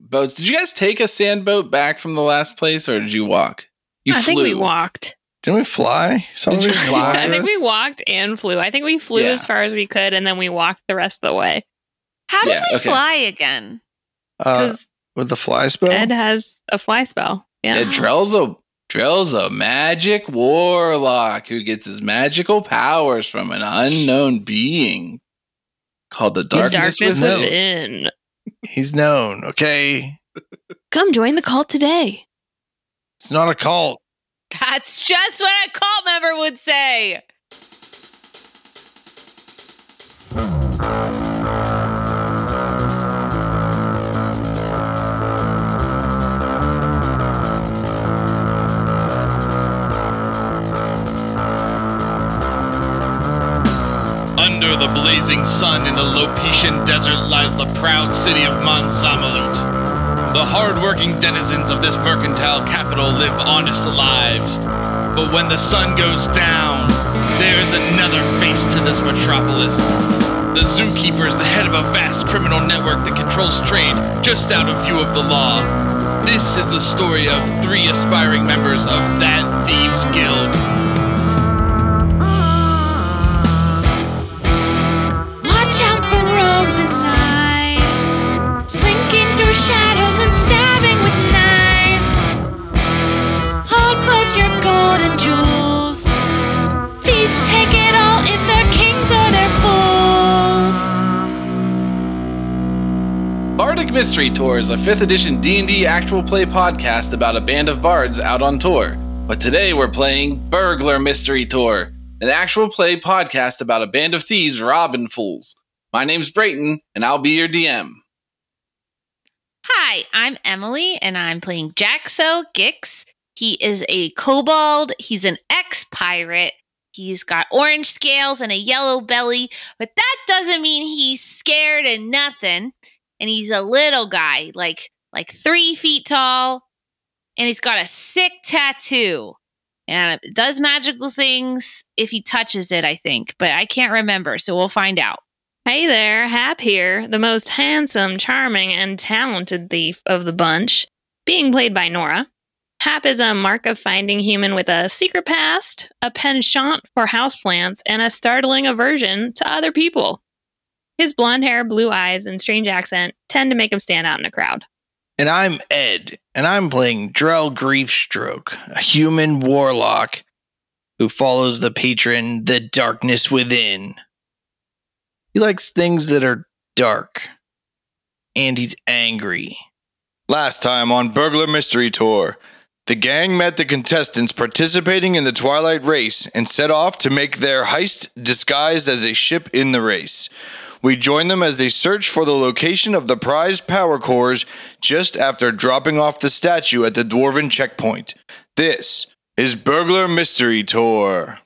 boats. Did you guys take a sand boat back from the last place, or did you walk? You I think we walked. Didn't we fly? Some Did of you us fly? fly. I think we walked and flew. I think we flew Yeah. as far as we could, and then we walked the rest of the way How did Yeah, we okay. fly again? uh, because with the fly spell. Ed has a fly spell. Yeah. Yeah, Drell's a Drell's a magic warlock who gets his magical powers from an unknown being called the The Darkness, darkness, Within. within. He's known. Okay, Come join the cult today. it's not a cult. That's just what a cult member would say. Under the blazing sun in the Lopetian desert lies the proud city of Mansamalut. The hard-working denizens of this mercantile capital live honest lives. But when the sun goes down, there is another face to this metropolis. The zookeeper is the head of a vast criminal network that controls trade just out of view of the law. This is the story of three aspiring members of that thieves guild. Watch out for rogues inside, slinking through shadows and stabbing with knives. Hold close your gold and jewels. Thieves take it all if they're kings or they're fools. Bardic Mystery Tour is a 5th edition D&D actual play podcast about a band of bards out on tour. But today we're playing Burglar Mystery Tour, an actual play podcast about a band of thieves robbing fools. My name's Brayton, and I'll be your DM. Hi, I'm Emily, and I'm playing Jaxo Gix. He is a kobold. He's an ex pirate. He's got orange scales and a yellow belly, but that doesn't mean he's scared of nothing. And he's a little guy, like like three feet tall, and he's got a sick tattoo. And it does magical things if he touches it, I think, but I can't remember, so we'll find out. Hey there, Hap here, the most handsome, charming, and talented thief of the bunch, being played by Nora. Hap is a mark of finding human with a secret past, a penchant for houseplants, and a startling aversion to other people. His blonde hair, blue eyes, and strange accent tend to make him stand out in a crowd. And I'm Ed, and I'm playing Drell Griefstroke, a human warlock who follows the patron, the darkness within. He likes things that are dark, and he's angry. Last time on Burglar Mystery Tour, the gang met the contestants participating in the Twilight Race and set off to make their heist disguised as a ship in the race. We join them as they search for the location of the prized power cores just after dropping off the statue at the Dwarven checkpoint. This is Burglar Mystery Tour.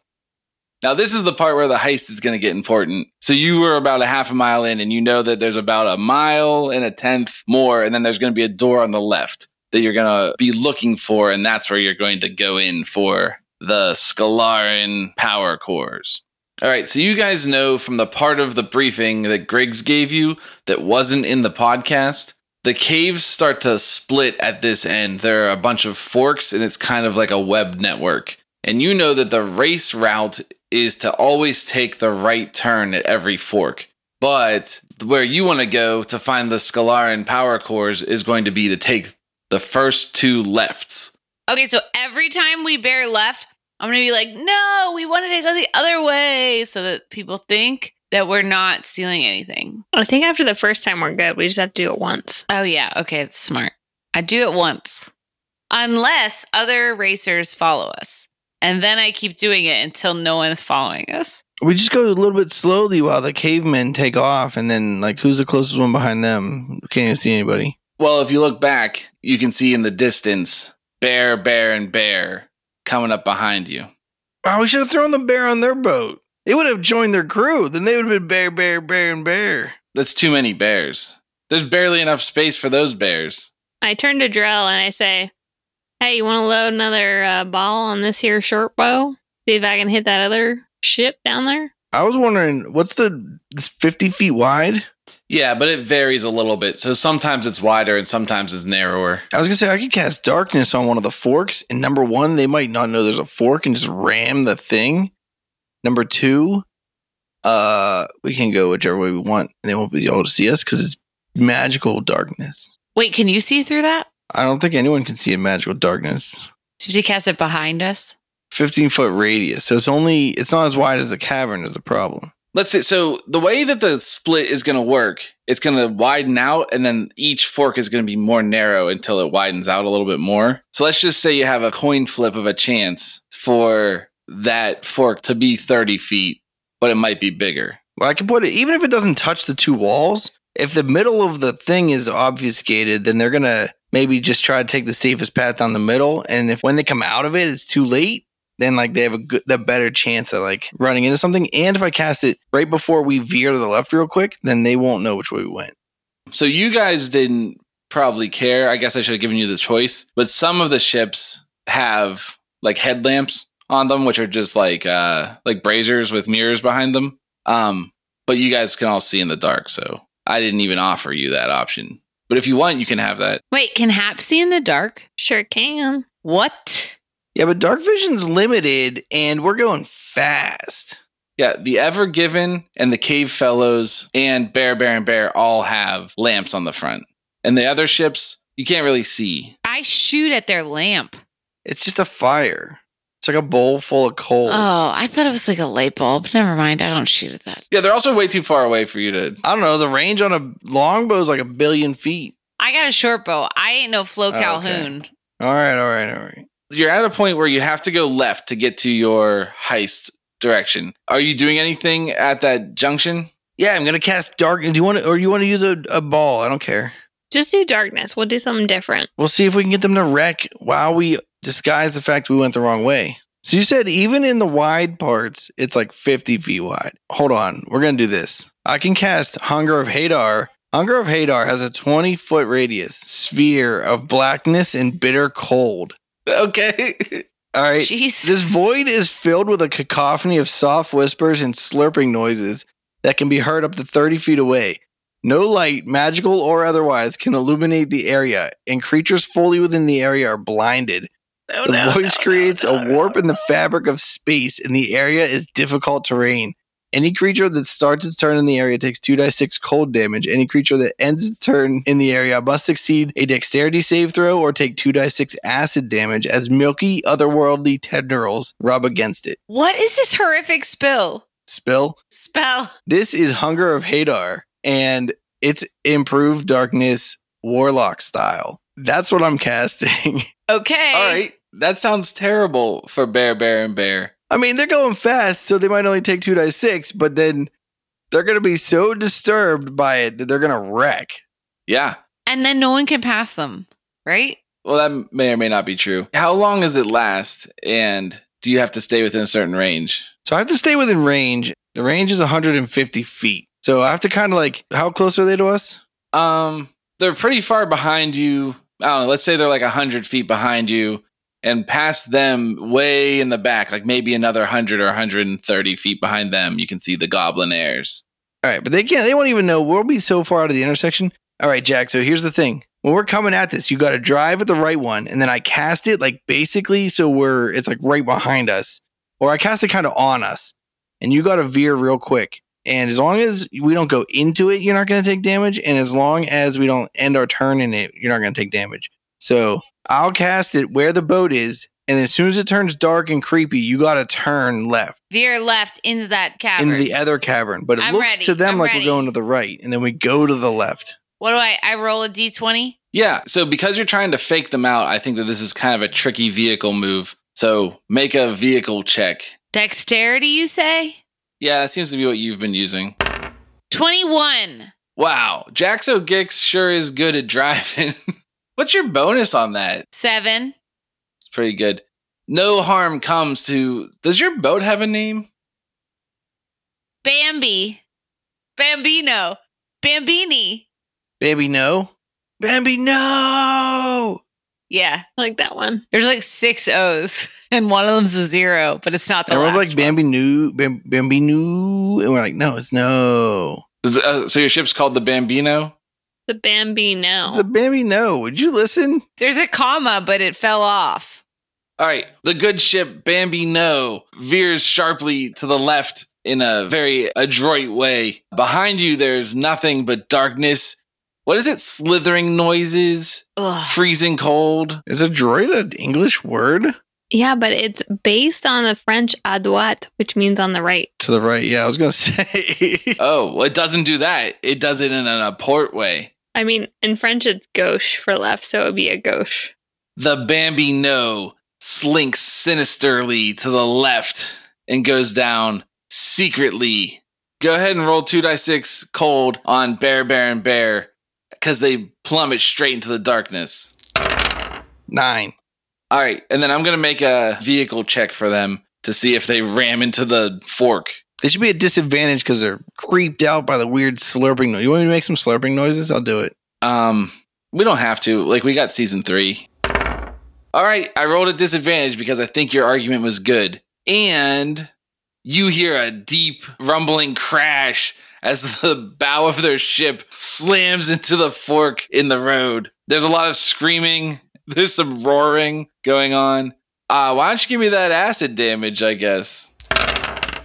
Now, this is the part where the heist is going to get important. So, you were about a half a mile in, and you know that there's about a mile and a tenth more, and then there's going to be a door on the left that you're going to be looking for, and that's where you're going to go in for the Skalarin power cores. All right, so you guys know from the part of the briefing that Griggs gave you that wasn't in the podcast the caves start to split at this end. There are a bunch of forks, and it's kind of like a web network. And you know that the race route is to always take the right turn at every fork. But where you want to go to find the Skalaran power cores is going to be to take the first two lefts. Okay, so every time we bear left, I'm gonna be like, no, we wanted to go the other way so that people think that we're not stealing anything. I think after the first time we're good. We just have to do it once. Oh, yeah, okay, it's smart. I do it once, unless other racers follow us. And then I keep doing it until no one is following us. We just go a little bit slowly while the cavemen take off, and then, like, who's the closest one behind them? Can't even see anybody. Well, if you look back, you can see in the distance bear, bear, and bear coming up behind you. Wow, Ah, we should have thrown the bear on their boat. They would have joined their crew. Then they would have been bear, bear, bear, and bear. That's too many bears. There's barely enough space for those bears. I turn to Drell and I say, Hey, you want to load another uh, ball on this here short bow? See if I can hit that other ship down there? I was wondering, what's the it's fifty feet wide? Yeah, but it varies a little bit. So sometimes it's wider and sometimes it's narrower. I was gonna say I could cast darkness on one of the forks, and number one, they might not know there's a fork and just ram the thing. Number two, uh, we can go whichever way we want, and they won't be able to see us because it's magical darkness. Wait, can you see through that? I don't think anyone can see in magical darkness. Did you cast it behind us? 15 foot radius, so it's only it's not as wide as the cavern is the problem. Let's see. So the way that the split is going to work, it's going to widen out, and then each fork is going to be more narrow until it widens out a little bit more. So let's just say you have a coin flip of a chance for that fork to be 30 feet, but it might be bigger. Well, I can put it even if it doesn't touch the two walls. If the middle of the thing is obfuscated, then they're gonna maybe just try to take the safest path down the middle. And if when they come out of it, it's too late, then like they have a good, the better chance of like running into something. And if I cast it right before we veer to the left real quick, then they won't know which way we went. So you guys didn't probably care. I guess I should have given you the choice, but some of the ships have like headlamps on them, which are just like uh like braziers with mirrors behind them. Um, but you guys can all see in the dark, so I didn't even offer you that option. But if you want, you can have that. Wait, can Hap see in the dark? Sure can. What? Yeah, but dark vision's limited, and we're going fast. Yeah, the Ever Given and the Cave Fellows and Bear, Bear, and Bear all have lamps on the front. And the other ships, you can't really see. I shoot at their lamp. It's just a fire. It's like a bowl full of coals. Oh, I thought it was like a light bulb. Never mind. I don't shoot at that. Yeah, they're also way too far away for you to. I don't know. The range on a longbow is like a billion feet. I got a short bow. I ain't no Flo okay. Calhoun. All right, all right, all right. You're at a point where you have to go left to get to your heist direction. Are you doing anything at that junction? Yeah, I'm gonna cast dark. Do you want to, or you want to use a, a ball? I don't care. Just do darkness. We'll do something different. We'll see if we can get them to wreck while we disguise the fact we went the wrong way. So you said even in the wide parts, it's like 50 feet wide. Hold on, we're gonna do this. I can cast Hunger of Hadar. Hunger of Hadar has a 20 foot radius sphere of blackness and bitter cold. Okay. All right. Jesus. This void is filled with a cacophony of soft whispers and slurping noises that can be heard up to 30 feet away. No light, magical or otherwise, can illuminate the area, and creatures fully within the area are blinded. Oh, the voice creates a warp in the fabric of space, and the area is difficult terrain. Any creature that starts its turn in the area takes 2d6 cold damage. Any creature that ends its turn in the area must succeed a dexterity save throw or take 2d6 acid damage as milky, otherworldly tendrils rub against it. What is this horrific spill? Spill. Spell. This is Hunger of Hadar, and it's improved darkness warlock style. That's what I'm casting. Okay. All right. That sounds terrible for Bear, Bear, and Bear. I mean, they're going fast, so they might only take two dice six, but then they're going to be so disturbed by it that they're going to wreck. Yeah. And then no one can pass them, right? Well, that may or may not be true. How long does it last? And do you have to stay within a certain range? So I have to stay within range. The range is 150 feet. So I have to kind of like, how close are they to us? Um, they're pretty far behind you. I don't know. Let's say they're like hundred feet behind you, and past them, way in the back, like maybe another hundred or hundred and thirty feet behind them, you can see the goblin airs. All right, but they can't. They won't even know. We'll be so far out of the intersection. All right, Jack. So here's the thing: when we're coming at this, you got to drive at the right one, and then I cast it like basically so we're it's like right behind us, or I cast it kind of on us, and you got to veer real quick. And as long as we don't go into it, you're not going to take damage. And as long as we don't end our turn in it, you're not going to take damage. So I'll cast it where the boat is, and as soon as it turns dark and creepy, you got to turn left Veer left into that cavern. into the other cavern, but it I'm looks ready. to them I'm like ready. we're going to the right, and then we go to the left. what do I? I roll a d20. Yeah. So because you're trying to fake them out, I think that this is kind of a tricky vehicle move. So make a vehicle check. Dexterity, you say? Yeah, that seems to be what you've been using. 21. Wow, Jaxo Gix sure is good at driving. What's your bonus on that? 7. It's pretty good. No harm comes to. Does your boat have a name? Bambi. Bambino. Bambini. Baby, no. Bambi, no. Yeah. I like that one. There's like six O's, and one of them's a Oh, zero, but it's not the Everyone's last like, Bambi, no. Bam- Bambi, no. And we're like, no, it's no. Is- uh, so your ship's called the Bambino. The Oh. Bambino. The baby, no. Would you listen? There's a comma, but it fell off. All right, the good ship Bambino veers sharply to the left in a very adroit way. Behind you, there's nothing but darkness. What is it? Slithering noises, Ugh. freezing cold. Is adroit an English word? yeah, but it's based on the French à droite, which means on the right. To the right. Yeah, I was going to say. Oh, well, it doesn't do that. It does it in an apport way. I mean, in French, it's gauche for left, so it would be a gauche. The Bambino slinks sinisterly to the left and goes down secretly. Go ahead and roll 2d6 cold on Bear, Bear, and Bear because they plummet straight into the darkness. Nine. All right. And then I'm going to make a vehicle check for them to see if they ram into the fork. They should be at disadvantage because they're creeped out by the weird slurping noise. You want me to make some slurping noises? I'll do it. Um, we don't have to. Like, we got season three. All right, I rolled a disadvantage because I think your argument was good. And you hear a deep rumbling crash as the bow of their ship slams into the fork in the road. There's a lot of screaming. There's some roaring going on. Uh, why don't you give me that acid damage, I guess?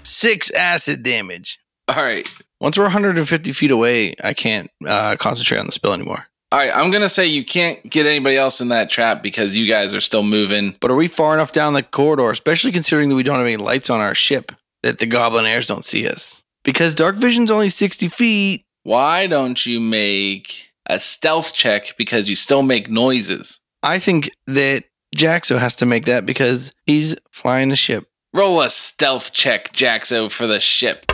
Six acid damage. All right. Once we're 150 feet away, I can't uh, concentrate on the spell anymore. All right. I'm going to say you can't get anybody else in that trap because you guys are still moving. But are we far enough down the corridor, especially considering that we don't have any lights on our ship, that the goblin airs don't see us? Because dark vision's only 60 feet. Why don't you make a stealth check because you still make noises? I think that Jaxo has to make that because he's flying the ship. Roll a stealth check, Jaxo, for the ship.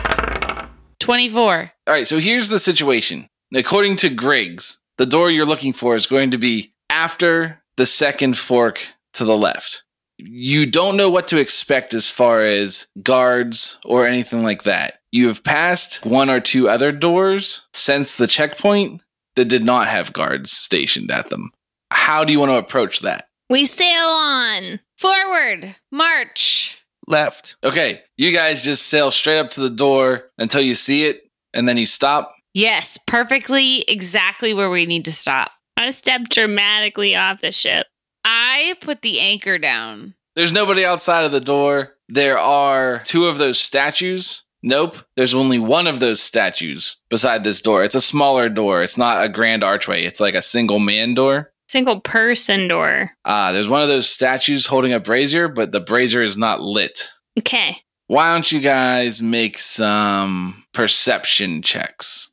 24. All right, so here's the situation. According to Griggs, the door you're looking for is going to be after the second fork to the left. You don't know what to expect as far as guards or anything like that. You have passed one or two other doors since the checkpoint that did not have guards stationed at them. How do you want to approach that? We sail on. Forward. March. Left. Okay, you guys just sail straight up to the door until you see it, and then you stop. Yes, perfectly exactly where we need to stop. I step dramatically off the ship. I put the anchor down. There's nobody outside of the door. There are two of those statues. Nope, there's only one of those statues beside this door. It's a smaller door. It's not a grand archway. It's like a single man door. Single person door. Ah, there's one of those statues holding a brazier, but the brazier is not lit. Okay. Why don't you guys make some perception checks?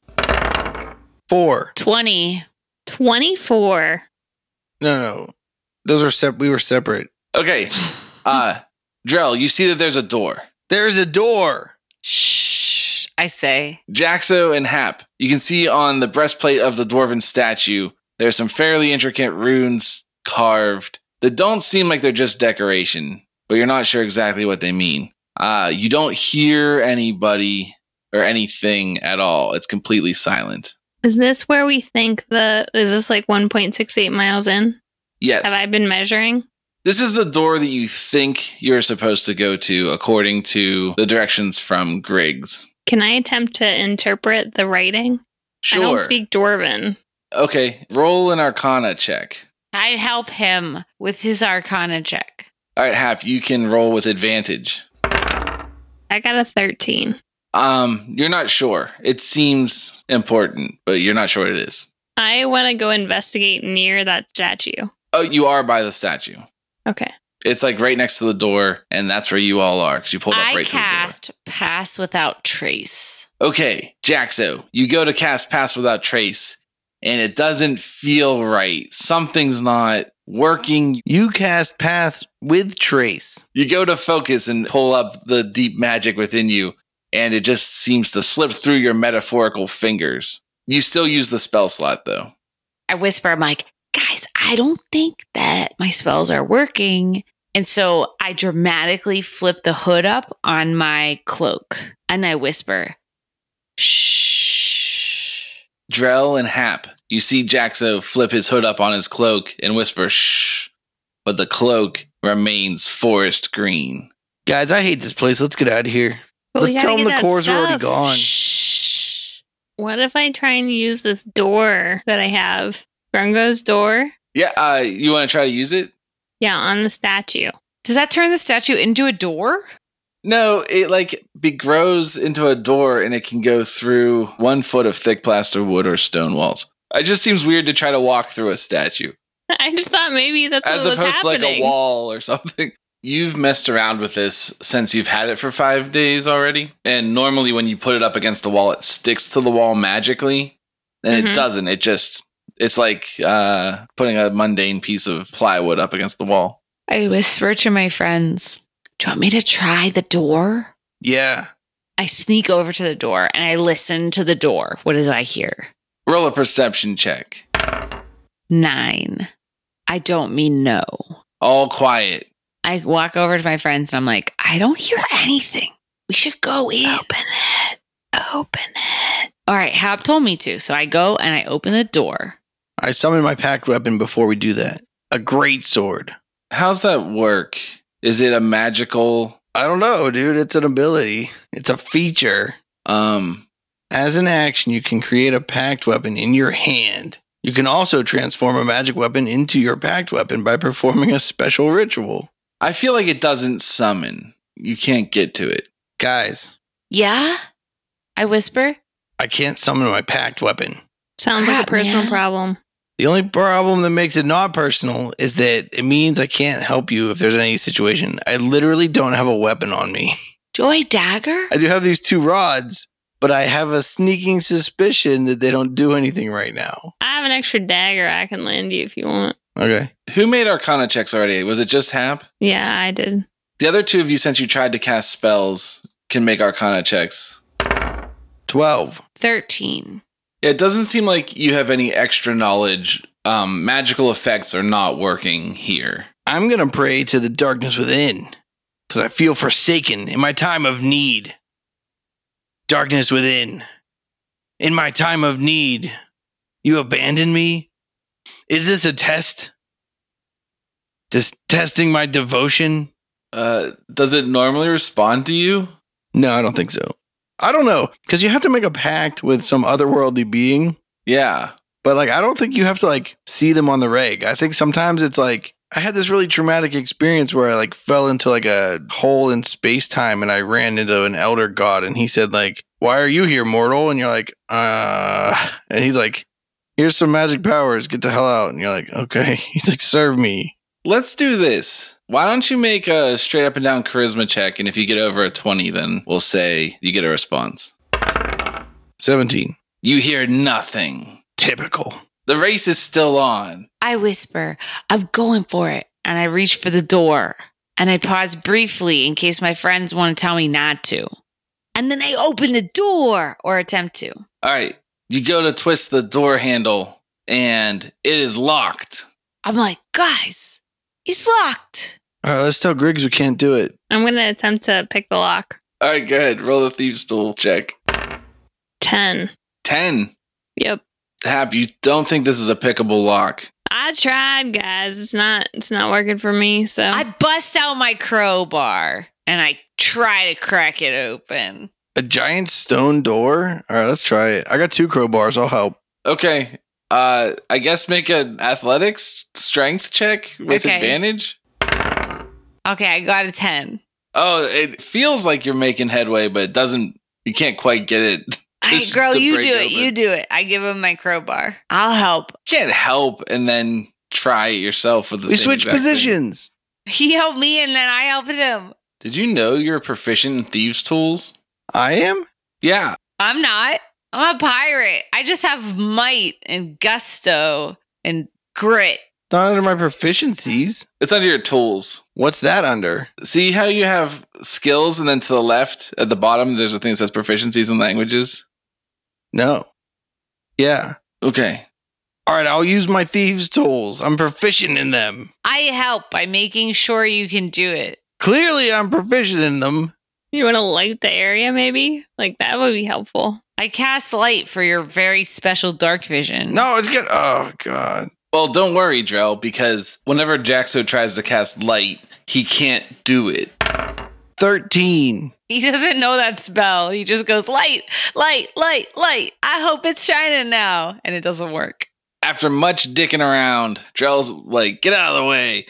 Four. 20. 24. No, no. Those are sep- we were separate. Okay. Uh Drell, you see that there's a door. There's a door. Shh, I say. Jaxo and Hap. You can see on the breastplate of the dwarven statue, there's some fairly intricate runes carved that don't seem like they're just decoration, but you're not sure exactly what they mean. Uh, you don't hear anybody or anything at all. It's completely silent. Is this where we think the is this like 1.68 miles in? Yes. Have I been measuring? This is the door that you think you're supposed to go to according to the directions from Griggs. Can I attempt to interpret the writing? Sure. I don't speak Dwarven. okay, roll an arcana check. I help him with his arcana check. All right, Hap, you can roll with advantage. I got a 13. Um, you're not sure. It seems important, but you're not sure what it is. I want to go investigate near that statue. Oh, you are by the statue. Okay. It's like right next to the door, and that's where you all are because you pulled up I right to cast Pass Without Trace. the door. Okay, Jaxo, you go to cast Pass Without Trace, and it doesn't feel right. Something's not working. You cast paths with trace. You go to focus and pull up the deep magic within you, and it just seems to slip through your metaphorical fingers. You still use the spell slot, though. I whisper, I'm like, guys, I don't think that my spells are working. And so I dramatically flip the hood up on my cloak and I whisper, shh. Drell and Hap, you see Jaxo flip his hood up on his cloak and whisper shh, but the cloak remains forest green. Guys, I hate this place. Let's get out of here. Let's gotta tell 'em get the that cores are already stuff. gone. Shh. What if I try and use this door that I have? Grungo's door? Yeah, uh, you want to try to use it? Yeah, on the statue. Does that turn the statue into a door? No, it like be grows into a door and it can go through one foot of thick plaster wood or stone walls. It just seems weird to try to walk through a statue I just thought maybe that's as what was opposed happening. to like a wall or something. You've messed around with this since you've had it for five days already. And normally, when you put it up against the wall, it sticks to the wall magically. And Mhm. it doesn't. It just, it's like uh, putting a mundane piece of plywood up against the wall. I whisper to my friends, Do you want me to try the door? Yeah. I sneak over to the door and I listen to the door. What do I hear? Roll a perception check. Nine. I don't mean no. All quiet. I walk over to my friends and I'm like, I don't hear anything. We should go in. Open it. Open it. All right, Hab told me to. So I go and I open the door. I summon my packed weapon before we do that. A great sword. How's that work? Is it a magical? I don't know, dude. It's an ability. It's a feature. Um, As an action, you can create a packed weapon in your hand. You can also transform a magic weapon into your packed weapon by performing a special ritual. I feel like it doesn't summon. You can't get to it. Guys, Yeah? I whisper. I can't summon my packed weapon. Sounds like Crap, a personal man. problem. The only problem that makes it not personal is that it means I can't help you if there's any situation. I literally don't have a weapon on me. Joy Dagger? I do have these two rods, but I have a sneaking suspicion that they don't do anything right now. I have an extra dagger I can lend you if you want. Okay. Who made Arcana checks already? Was it just Hap? Yeah, I did. The other two of you, since you tried to cast spells, can make Arcana checks. 12. 13. Yeah, it doesn't seem like you have any extra knowledge. Um, magical effects are not working here. I'm going to pray to the darkness within because I feel forsaken in my time of need. Darkness within. In my time of need, you abandon me? Is this a test? Just testing my devotion? Uh, does it normally respond to you? No, I don't think so. I don't know because you have to make a pact with some otherworldly being, Yeah. but like I don't think you have to like see them on the reg. I think sometimes it's like I had this really traumatic experience where I like fell into like a hole in space time and I ran into an elder god and he said like, "Why are you here, mortal?" And you're like, "Uh," and he's like, "Here's some magic powers. Get the hell out." And you're like, "Okay." He's like, "Serve me." Let's do this. Why don't you make a straight up and down charisma check? And if you get over a 20, then we'll say you get a response. Seventeen. You hear nothing. Typical. The race is still on. I whisper, I'm going for it. And I reach for the door. And I pause briefly in case my friends want to tell me not to. And then I open the door or attempt to. All right. You go to twist the door handle, and it is locked. I'm like, guys, it's locked. All right, let's tell Griggs we can't do it. I'm going to attempt to pick the lock. All right, go ahead. Roll the thieves' tool check. 10. 10. Yep. Hap, you don't think this is a pickable lock. I tried, guys. It's not it's not working for me, so I I, bust out my crowbar and I try to crack it open. A giant stone door? All right, let's try it. I got two crowbars. I'll help. Okay. Uh I guess make an athletics strength check with Okay. advantage. Okay, I got a 10. Oh, it feels like you're making headway, but it doesn't you can't quite get it. to- All right, girl, to you do break it. open. You do it. I give him my crowbar. I'll help. can't help and then try it yourself with the We same switch exact thing. positions. He helped me and then I helped him. Did you know you're proficient in thieves tools? I am? Yeah. I'm not. I'm a pirate. I just have might and gusto and grit. Not under my proficiencies. It's under your tools. What's that under? See how you have skills and then to the left at the bottom there's a thing that says proficiencies in languages? No. Yeah. Okay. All right, I'll use my thieves' tools. I'm proficient in them. I help by making sure you can do it. Clearly, I'm proficient in them. you want to light the area maybe? Like that would be helpful. I cast light for your very special dark vision. No, it's good. Oh, God. Well, don't worry, Drell, because whenever Jaxo tries to cast light, he can't do it. 13. He doesn't know that spell. He just goes light, light, light, light. I hope it's shining now, and it doesn't work. After much dicking around, Drell's like, get out of the way.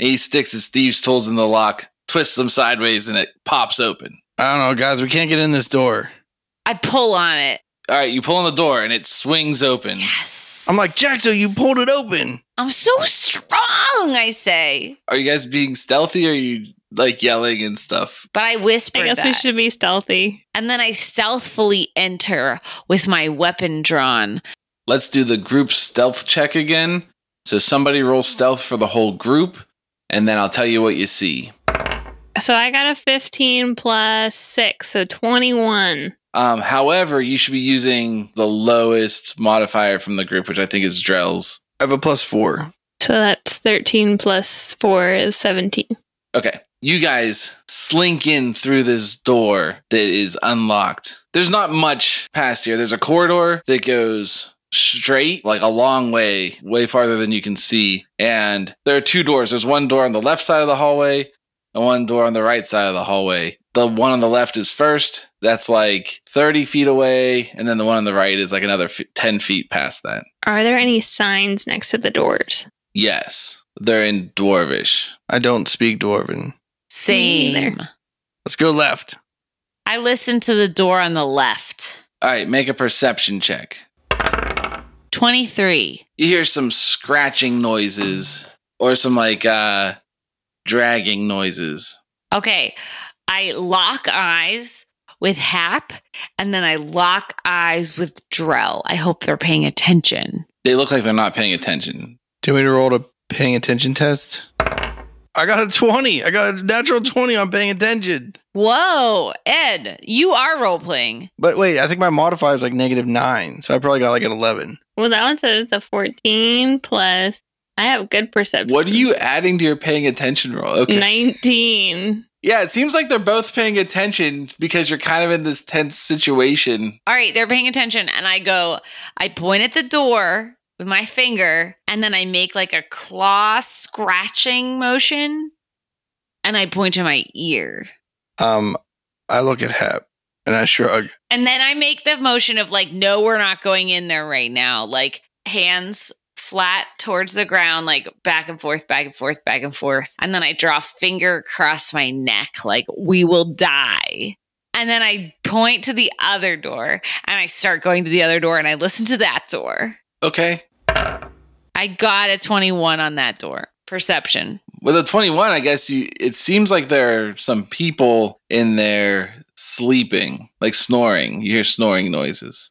And he sticks his thieves' tools in the lock, twists them sideways, and it pops open. I don't know, guys. We can't get in this door. I pull on it. All right, you pull on the door and it swings open. Yes. I'm like, Jaxo, you pulled it open. I'm so strong. I say, Are you guys being stealthy or are you like yelling and stuff? but I whisper I guess that, we should be stealthy. and then I stealthfully enter with my weapon drawn. Let's do the group stealth check again. So somebody roll stealth for the whole group, and then I'll tell you what you see. So I got a 15 plus 6, so 21. Um, however, you should be using the lowest modifier from the group, which I think is Drell's. I have a plus four. So that's 13 plus 4 is 17. Okay. You guys slink in through this door that is unlocked. There's not much past here. There's a corridor that goes straight, like a long way, way farther than you can see. And there are two doors. There's one door on the left side of the hallway and one door on the right side of the hallway. The one on the left is first. That's like 30 feet away. And then the one on the right is like another f- 10 feet past that. Are there any signs next to the doors? Yes. They're in Dwarvish. I don't speak Dwarven. Me neither. Same. Let's go left. I listen to the door on the left. All right, make a perception check. Twenty-three. you hear some scratching noises or some like uh dragging noises Okay. I lock eyes with Hap and then I lock eyes with Drell. I hope they're paying attention. they look like they're not paying attention Do you want me to roll a paying attention test? I got a 20. I got a natural 20 on paying attention. Whoa, Ed, you are role playing. But wait, I think my modifier is like negative nine. So I probably got like an 11. Well, that one says it's a 14 plus. I have good perception. what are you adding to your paying attention roll okay 19. yeah it seems like they're both paying attention because you're kind of in this tense situation All right, they're paying attention. And I go, I point at the door with my finger and then I make like a claw scratching motion and I point to my ear. Um, I look at Hap and I shrug. And then I make the motion of like, no, we're not going in there right now. Like hands flat towards the ground, like back and forth, back and forth, back and forth. And then I draw a finger across my neck, like, we will die. And then I point to the other door and I start going to the other door and I listen to that door. okay I got a 21 on that door. Perception. with a 21 i guess you it seems like there are some people in there sleeping like snoring you hear snoring noises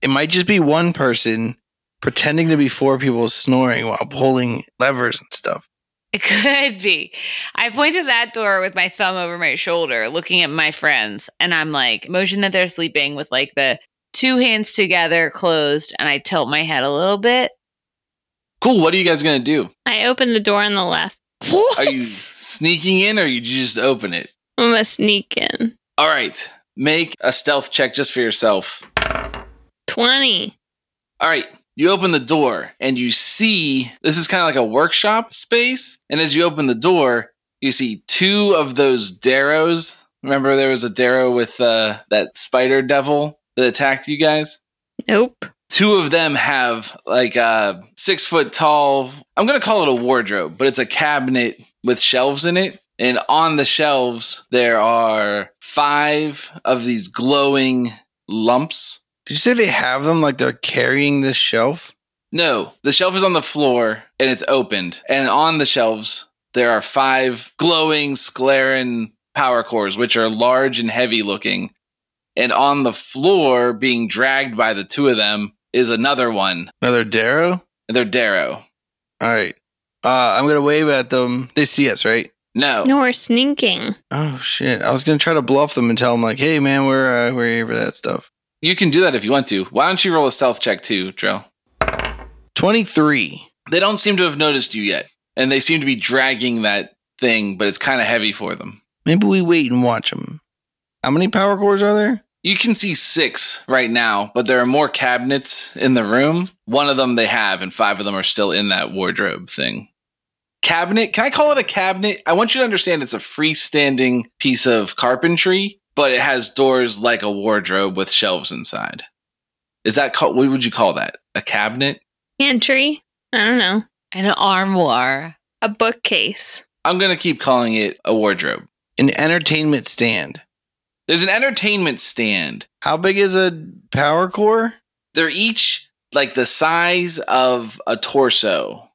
It might just be one person pretending to be four people snoring while pulling levers and stuff. It could be. I point to that door with my thumb over my shoulder, looking at my friends, and I'm like, motion that they're sleeping with like the two hands together closed, and I tilt my head a little bit. cool what are you guys gonna do I opened the door on the left. What? are you sneaking in or you just open it I'm going to sneak in. All right. Make a stealth check just for yourself. 20. All right. You open the door and you see this is kind of like a workshop space. And as you open the door, you see two of those Darrows. Remember, there was a Darrow with uh, that spider devil that attacked you guys? Nope. Two of them have like a six foot tall, I'm going to call it a wardrobe, but it's a cabinet with shelves in it. And on the shelves, there are five of these glowing lumps Did you say they have them like they're carrying this shelf? No, the shelf is on the floor and it's opened. And on the shelves, there are five glowing sclerin power cores, which are large and heavy looking. And on the floor, being dragged by the two of them, is another one. Another Darrow? They're Darrow. All right. Uh, I'm going to wave at them. They see us, right? No. No, we're sneaking. Oh shit! I was gonna try to bluff them and tell them like, "Hey man, we're uh, we're here for that stuff." You can do that if you want to. Why don't you roll a stealth check too, Drill? Twenty three. They don't seem to have noticed you yet. And they seem to be dragging that thing, but it's kind of heavy for them. Maybe we wait and watch them. How many power cores are there? You can see six right now, but there are more cabinets in the room. One of them they have, and five of them are still in that wardrobe thing. cabinet. Can I call it a cabinet? I want you to understand it's a freestanding piece of carpentry, but it has doors like a wardrobe with shelves inside. Is that called? What would you call that? A cabinet? Pantry? I don't know. An armoire. A bookcase. I'm gonna keep calling it a wardrobe. An entertainment stand. There's an entertainment stand. How big is a power core? They're each like the size of a torso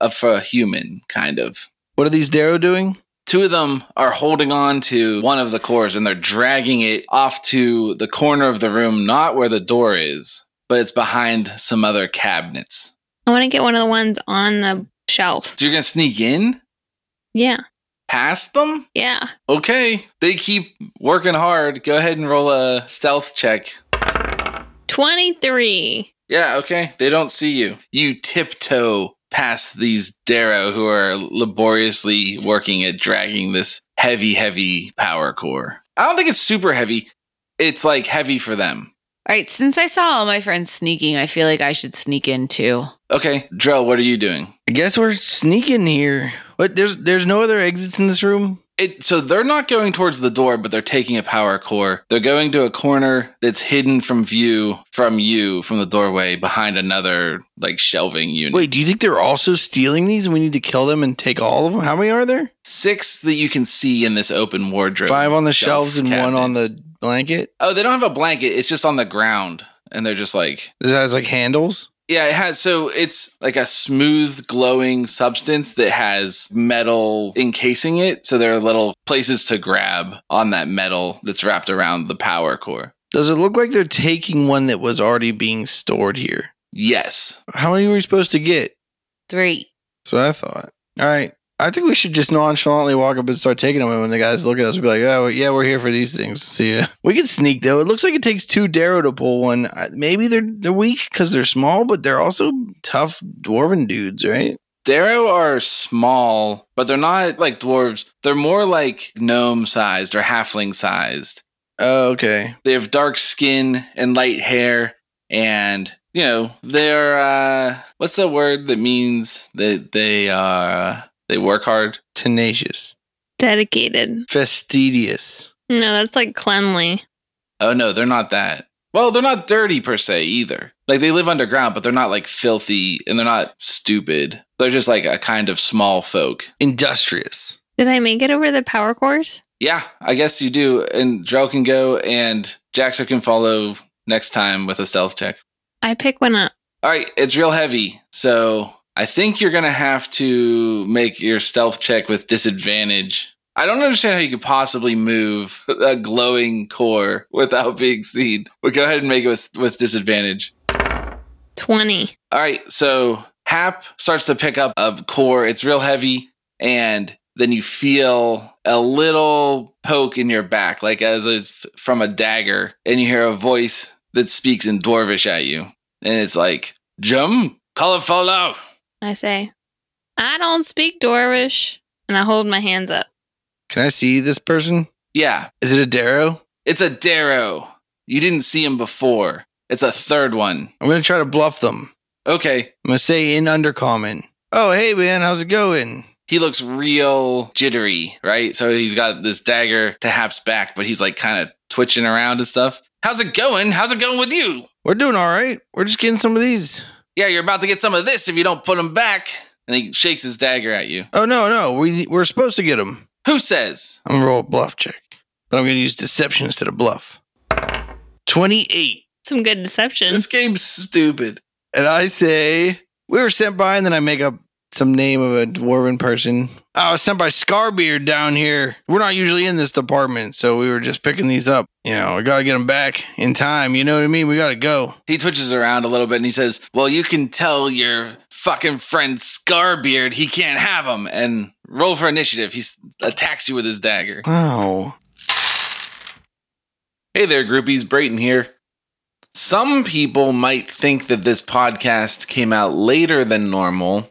of a human, kind of. What are these Darrow doing? Two of them are holding on to one of the cores and they're dragging it off to the corner of the room, not where the door is, but it's behind some other cabinets. I want to get one of the ones on the shelf. So you're going to sneak in Yeah. past them? Yeah. Okay. They keep working hard. Go ahead and roll a stealth check. 23. Yeah, okay. They don't see you. You tiptoe past these Darrow who are laboriously working at dragging this heavy, heavy power core. I don't think it's super heavy. It's like heavy for them. All right, since I saw all my friends sneaking, I feel like I should sneak in too. Okay, Drell, what are you doing? I guess we're sneaking here. What? There's there's no other exits in this room. It, so they're not going towards the door, but they're taking a power core. They're going to a corner that's hidden from view from you from the doorway behind another like shelving unit. Wait, do you think they're also stealing these? and We need to kill them and take all of them. How many are there? Six that you can see in this open wardrobe. Five on the shelves and one cabinet. on the blanket. Oh, they don't have a blanket. It's just on the ground. And they're just like, This has like handles. yeah, it has. So it's like a smooth, glowing substance that has metal encasing it. So there are little places to grab on that metal that's wrapped around the power core. Does it look like they're taking one that was already being stored here? Yes. How many were we supposed to get? Three. That's what I thought. All right. I think we should just nonchalantly walk up and start taking them. And when the guys look at us, we'll be like, oh, yeah, we're here for these things. See ya. We can sneak, though. It looks like it takes two Darrow to pull one. I- Maybe they're, they're weak because they're small, but they're also tough dwarven dudes, right? Darrow are small, but they're not like dwarves. They're more like gnome sized or halfling sized. Oh, okay. They have dark skin and light hair, and you know they're uh, what's the word that means that they uh, they work hard? Tenacious. Dedicated. Fastidious. No, that's like cleanly. Oh no, they're not that. Well, they're not dirty per se either. Like they live underground, but they're not like filthy and they're not stupid. They're just like a kind of small folk. Industrious. Did I make it over the power course? Yeah, I guess you do. And Drell can go, and Jaxer can follow next time with a stealth check. I pick one up. All right, it's real heavy. So I think you're going to have to make your stealth check with disadvantage. I don't understand how you could possibly move a glowing core without being seen. But go ahead and make it with, with disadvantage. 20. All right, so Hap starts to pick up a core. It's real heavy. And then you feel a little poke in your back, like as it's from a dagger. And you hear a voice that speaks in Dwarvish at you and it's like Jum Kalafolo. I say, I don't speak Dorvish. And I hold my hands up. Can I see this person? Yeah, Is it a Darrow? it's a Darrow. You didn't see him before. It's a third one. I'm going to try to bluff them. Okay, I'm going to say in undercommon. Oh, hey, man. How's it going? he looks real jittery, right? So he's got this dagger to Hap's back, but he's like kind of twitching around and stuff. How's it going? How's it going with you? We're doing all right. We're just getting some of these. Yeah, you're about to get some of this if you don't put him back. And he shakes his dagger at you. Oh no, no, we we're supposed to get him. Who says? I'm gonna roll a bluff check, but I'm gonna use deception instead of bluff. Twenty-eight, Some good deception. This game's stupid. and I say we were sent by, and then I make up some name of a dwarven person. I was sent by Scarbeard down here. We're not usually in this department, so we were just picking these up. You know, we gotta get them back in time. You know what I mean? We gotta go. He twitches around a little bit and he says, Well, you can tell your fucking friend Scarbeard he can't have him. And roll for initiative. He s- attacks you with his dagger. Wow. Hey there, groupies. Brayton here. Some people might think that this podcast came out later than normal,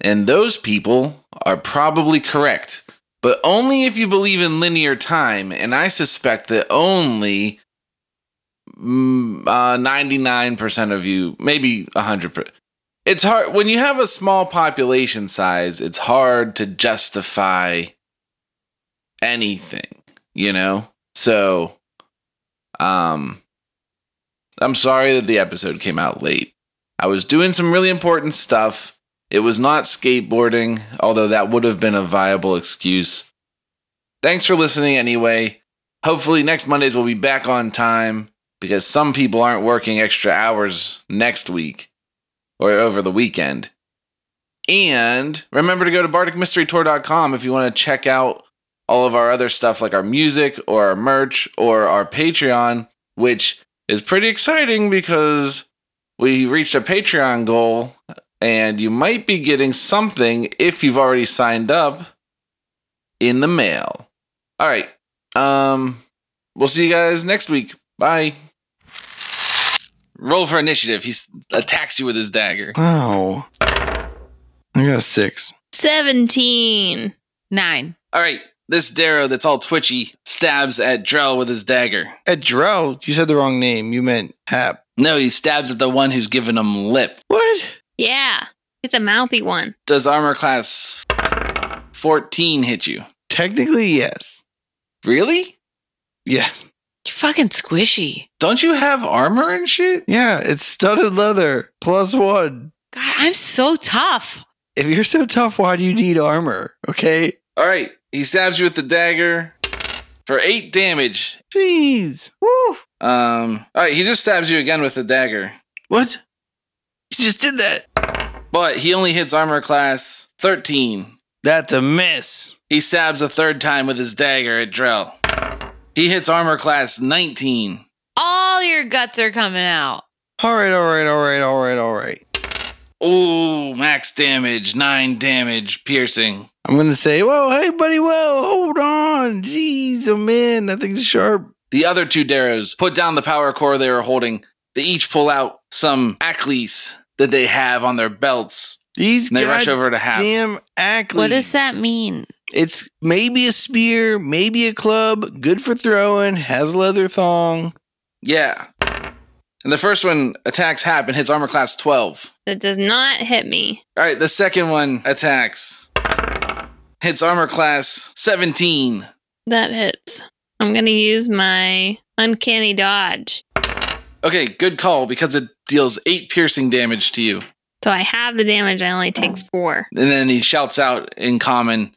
and those people are probably correct, but only if you believe in linear time, and I suspect that only mm, uh, 99% of you, maybe 100%, it's hard when you have a small population size it's hard to justify anything you know so um i'm sorry that the episode came out late i was doing some really important stuff it was not skateboarding although that would have been a viable excuse thanks for listening anyway hopefully next mondays we'll be back on time because some people aren't working extra hours next week or over the weekend. And remember to go to bardicmysterytour.com if you want to check out all of our other stuff like our music or our merch or our Patreon, which is pretty exciting because we reached a Patreon goal and you might be getting something if you've already signed up in the mail. All right. Um we'll see you guys next week. Bye. Roll for initiative. He s- attacks you with his dagger. Wow. I got a six. 17. Nine. All right, this Darrow that's all twitchy stabs at Drell with his dagger. At Drell, you said the wrong name. You meant Hap. No, he stabs at the one who's giving him lip. What? Yeah. Get the mouthy one. Does armor class 14 hit you? Technically, yes. Really? Yes. You're fucking squishy. Don't you have armor and shit? Yeah, it's studded leather. Plus one. God, I'm so tough. If you're so tough, why do you need armor? Okay. All right, he stabs you with the dagger for 8 damage. Jeez. Um, all right, he just stabs you again with the dagger, What? You just did that. but he only hits armor class 13. That's a miss. He stabs a third time with his dagger at Drell. He hits armor class 19. All your guts are coming out. All right, all right, all right, all right, all right. Ooh, max damage, nine damage, piercing. I'm gonna say, whoa, hey, buddy, whoa, hold on. Jeez, oh man, nothing's sharp. The other two Darrows put down the power core they were holding. They each pull out some Ackleys that they have on their belts, These and they rush goddamn over to Hap. athletes. What does that mean? It's maybe a spear, maybe a club, good for throwing, has a leather thong. Yeah. And the first one attacks Hap and hits armor class 12. That does not hit me. All right, the second one attacks, hits armor class 17. That hits. I'm going to use my uncanny dodge. Okay, good call because it deals eight piercing damage to you. So I have the damage. I only take four. And then he shouts out in common,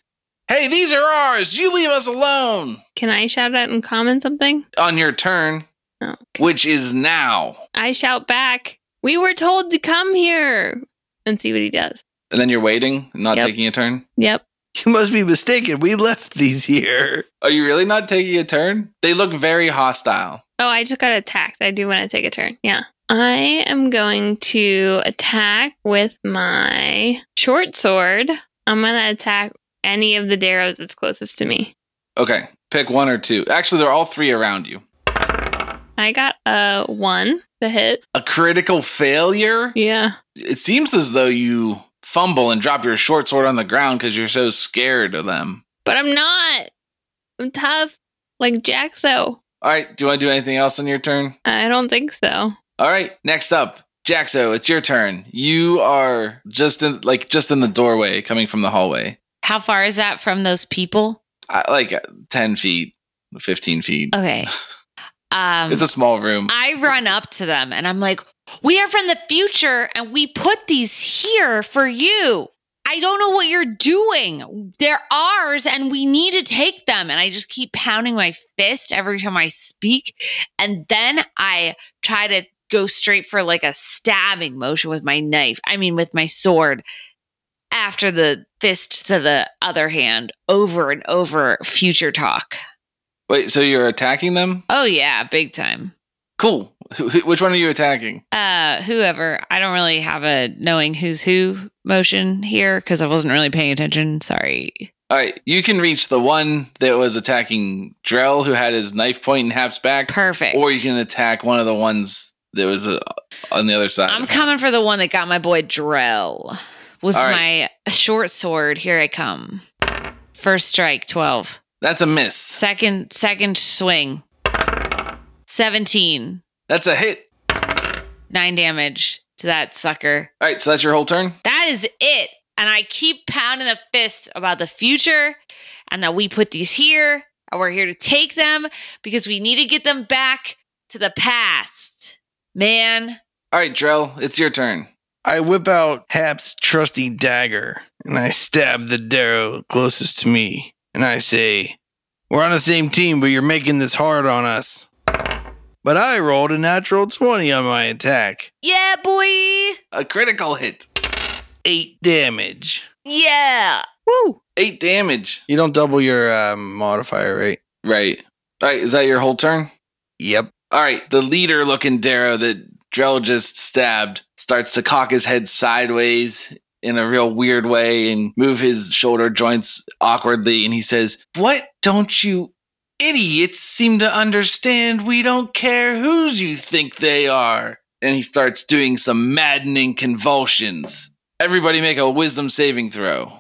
Hey, these are ours. You leave us alone Can I shout out in common something? on your turn, Oh, okay. which is now. I shout back, We were told to come here and see what he does. And then you're waiting, not Yep. taking a turn. Yep. You must be mistaken. We left these here. Are you really not taking a turn? They look very hostile. Oh, I just got attacked. I do want to take a turn. Yeah. I am going to attack with my short sword. I'm going to attack any of the Darrows that's closest to me. Okay, pick one or two. Actually, they're all three around you. I got a one to hit. A critical failure? Yeah. It seems as though you fumble and drop your short sword on the ground because you're so scared of them. But I'm not. I'm tough like Jaxo. All right, do you want to do anything else on your turn? I don't think so. All right, next up, Jaxo, it's your turn. You are just in like just in the doorway, coming from the hallway, How far is that from those people? I, like uh, ten feet, fifteen feet. Okay. Um, It's a small room. I run up to them and I'm like, We are from the future and we put these here for you. I don't know what you're doing. They're ours and we need to take them. And I just keep pounding my fist every time I speak. And then I try to go straight for like a stabbing motion with my knife, I mean, with my sword after the fist to the other hand over and over. Future talk. Wait, so you're attacking them? Oh, yeah, big time. Cool. Who, who- which one are you attacking? uh whoever i don't really have a knowing who's who motion here because i wasn't really paying attention sorry All right, you can reach the one that was attacking Drell, who had his knife point in Hap's back, perfect or you can attack one of the ones that was uh, on the other side. i'm of Hap. coming for the one that got my boy drell with All my short sword here i come first strike 12 That's a miss. second second swing 17 That's a hit. 9 damage to that sucker. All right, so that's your whole turn. That is it. And I keep pounding the fist about the future and that we put these here and we're here to take them because we need to get them back to the past. Man, All right, Drell, it's your turn. I whip out Hap's trusty dagger and I stab the Darrow closest to me. And I say, We're on the same team, but you're making this hard on us. But I rolled a natural 20 on my attack. yeah, boy. A critical hit. Eight damage. Yeah. Woo! Eight damage. You don't double your uh, modifier, right? Right. All right, is that your whole turn? Yep. All right, the leader looking Darrow that Drell just stabbed starts to cock his head sideways in a real weird way and move his shoulder joints awkwardly. And he says, What don't you idiots seem to understand? We don't care whose you think they are. And he starts doing some maddening convulsions. Everybody make a wisdom saving throw.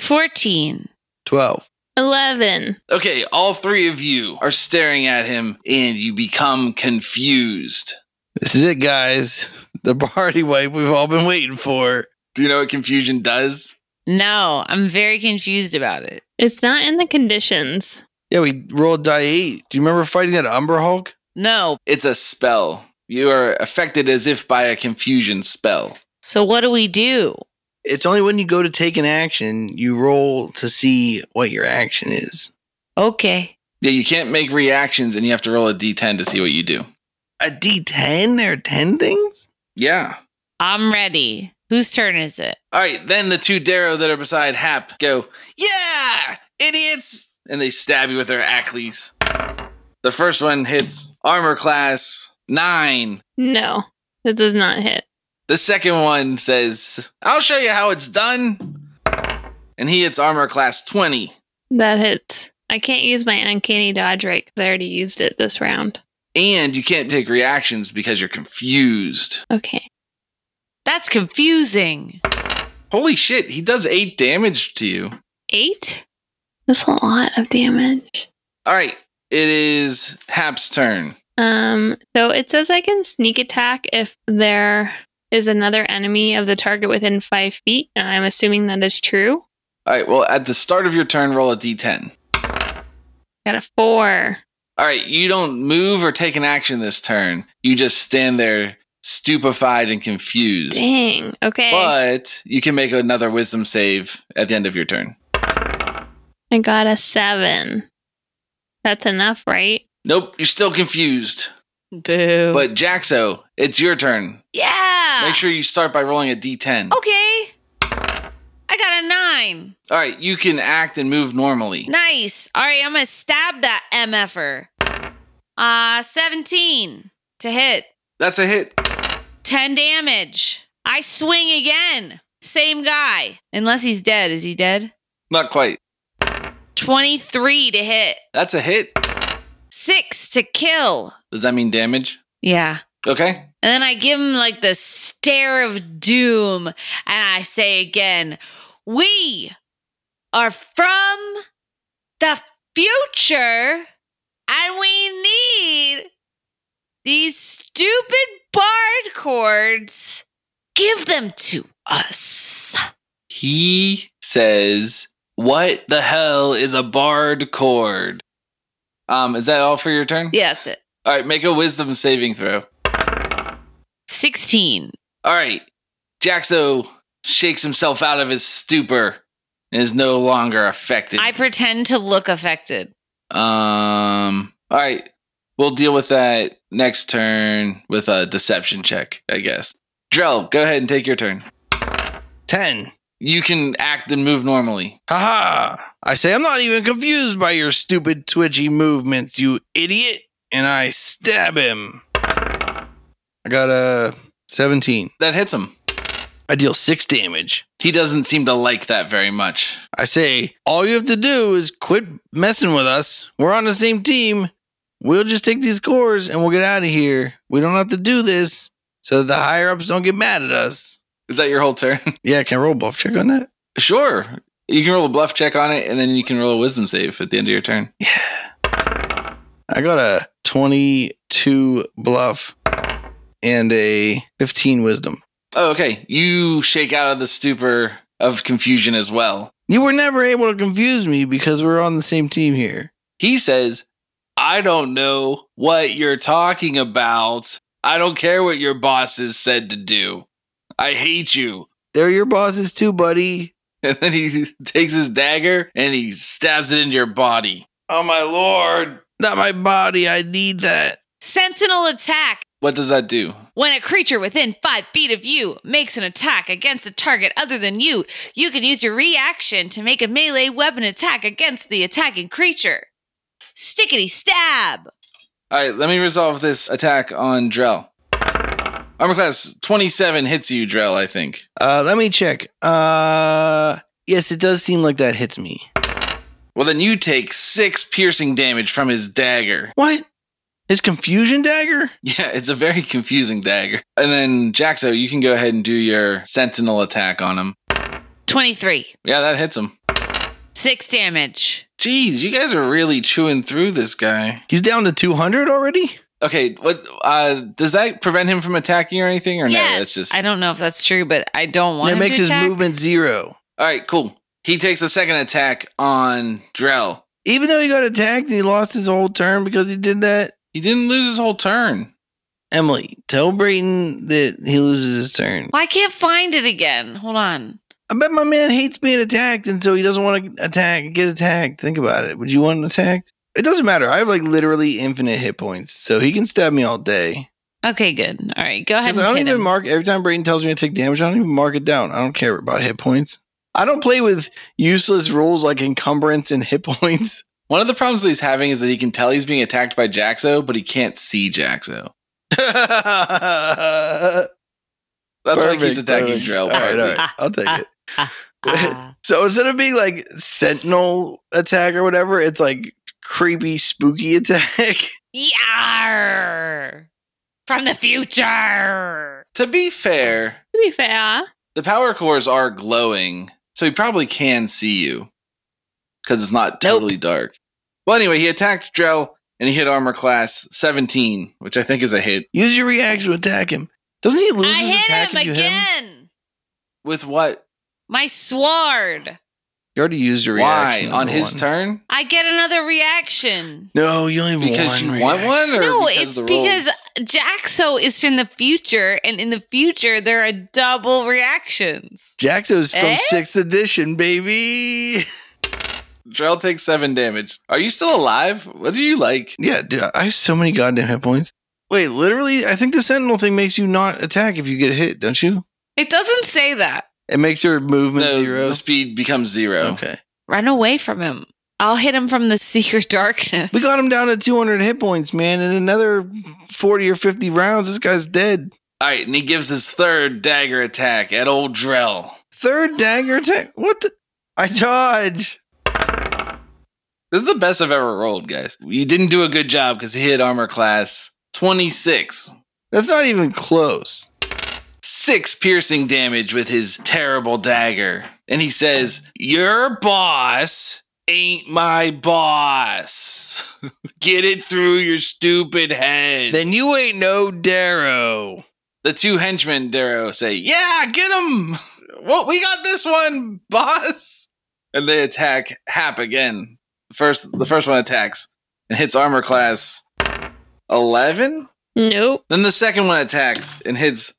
14. 12. 11. Okay, all three of you are staring at him and you become confused. This is it, guys. The party wipe we've all been waiting for. Do you know what confusion does? No, I'm very confused about it. It's not in the conditions. Yeah, we rolled die eight. Do you remember fighting that Umber Hulk? No. It's a spell. You are affected as if by a confusion spell. So what do we do? It's only when you go to take an action, you roll to see what your action is. Okay. Yeah, you can't make reactions and you have to roll a d10 to see what you do. A D10? There are 10 things? Yeah. I'm ready. Whose turn is it? All right, then the two Darrow that are beside Hap go, Yeah, idiots! And they stab you with their Ackleys. The first one hits armor class nine. No, that does not hit. The second one says, I'll show you how it's done. And he hits armor class 20. That hits. I can't use my uncanny dodge rate because I already used it this round. And you can't take reactions because you're confused. Okay. That's confusing. Holy shit, he does eight damage to you. Eight? That's a lot of damage. All right, it is Hap's turn. Um, so it says I can sneak attack if there is another enemy of the target within five feet, and I'm assuming that is true. All right, well, at the start of your turn, roll a d10. Got a four. All right, you don't move or take an action this turn. You just stand there stupefied and confused. Dang. Okay. But you can make another wisdom save at the end of your turn. I got a seven. That's enough, right? Nope, you're still confused. Boo. But Jaxo, it's your turn. yeah. Make sure you start by rolling a d10. Oh. Okay. I got a nine. All right, you can act and move normally. Nice. All right, I'm gonna stab that mf'er. Uh, 17 to hit. That's a hit. 10 damage. I swing again. Same guy. Unless he's dead. Is he dead? Not quite. 23 to hit. That's a hit. Six to kill. Does that mean damage? Yeah. Okay. And then I give him like the stare of doom. And I say again, We are from the future and we need these stupid bard chords. Give them to us. He says, What the hell is a barred chord? Um, is that all for your turn? Yeah, that's it. All right, make a wisdom saving throw. 16. All right. Jaxo shakes himself out of his stupor and is no longer affected. I pretend to look affected. um, all right. We'll deal with that next turn with a deception check, I guess. Drell, go ahead and take your turn. 10. You can act and move normally. Haha. I say, I'm not even confused by your stupid twitchy movements, you idiot. And I stab him. I got a 17. That hits him. I deal six damage. He doesn't seem to like that very much. I say, all you have to do is quit messing with us. We're on the same team. We'll just take these cores and we'll get out of here. We don't have to do this so that the higher ups don't get mad at us. Is that your whole turn? Yeah, can I roll buff check on that? sure. You can roll a bluff check on it, and then you can roll a wisdom save at the end of your turn. I got a 22 bluff. and a 15 wisdom. Oh, okay. You shake out of the stupor of confusion as well. You were never able to confuse me because we're on the same team here. He says, I don't know what you're talking about. I don't care what your bosses said to do. I hate you. They're your bosses too, buddy. And then he takes his dagger and he stabs it into your body. Oh, my lord. Not my body. I need that. Sentinel attack. What does that do? When a creature within five feet of you makes an attack against a target other than you, you can use your reaction to make a melee weapon attack against the attacking creature. Stickety stab. All right, let me resolve this attack on Drell. Armor class 27 hits you, Drell, I think. Uh, let me check. Uh, yes, it does seem like that hits me. Well, then you take six piercing damage from his dagger. What? His confusion dagger? Yeah, it's a very confusing dagger. And then, Jaxo, you can go ahead and do your sentinel attack on him. 23. Yeah, that hits him. Six damage. Jeez, you guys are really chewing through this guy. He's down to 200 already? Okay, what uh does that prevent him from attacking or anything? Or no, Yes. that's just I don't know if that's true, but I don't want That him makes to his attack. movement zero. all right, cool. He takes a second attack on Drell. Even though he got attacked and he lost his whole turn because he did that, He didn't lose his whole turn. Emily, tell Brayton that he loses his turn. Well, I can't find it again. Hold on. I bet my man hates being attacked, and so he doesn't want to attack and get attacked. Think about it. Would you want attacked? It doesn't matter. I have like literally infinite hit points, so he can stab me all day. Okay, good. All right, go ahead 'Cause and I don't hit even him. mark every time Brayden tells me to take damage. I don't even mark it down. I don't care about hit points. I don't play with useless rules like encumbrance and hit points. One of the problems that he's having is that he can tell he's being attacked by Jaxo, but he can't see Jaxo. That's That's why he keeps attacking Drell. All right, partly. all right. I'll take it. Ah. So instead of being like sentinel attack or whatever, it's like creepy, spooky attack. Yarr! From the future. To be fair, To be fair, uh, the power cores are glowing, so he probably can see you because it's not Nope. totally dark. Well, anyway, he attacked Drell and he hit armor class 17, which I think is a hit. Use your reaction to attack him. Doesn't he lose I his attack hit him if you hit him? again. With what? My sword. You already used your Why? reaction. On number his one. turn? I get another reaction. No, you only have Because one you reaction. want one? Or No, because it's of the rolls? because Jaxo is in the future, and in the future there are double reactions. Jaxo's from Eh? sixth edition, baby. Drell takes seven damage. Are you still alive? What do you like? Yeah, dude, I have so many goddamn hit points. Wait, literally, I think the sentinel thing makes you not attack if you get hit, don't you? It doesn't say that. It makes your movement No, zero. The speed becomes zero. Okay. Run away from him. I'll hit him from the secret darkness. We got him down to 200 hit points, man. In another 40 or 50 rounds, this guy's dead. All right, and he gives his third dagger attack at old Drell. Third dagger attack. What the? I dodge. This is the best I've ever rolled, guys. You didn't do a good job because he hit armor class 26. That's not even close. Six piercing damage with his terrible dagger. And he says, Your boss ain't my boss. Get it through your stupid head. Then you ain't no Darrow. the two henchmen, Darrow, say, Yeah, get him. Well, we got this one, boss. And they attack Hap again. The first, the first one attacks and hits armor class 11. nope. Then the second one attacks and hits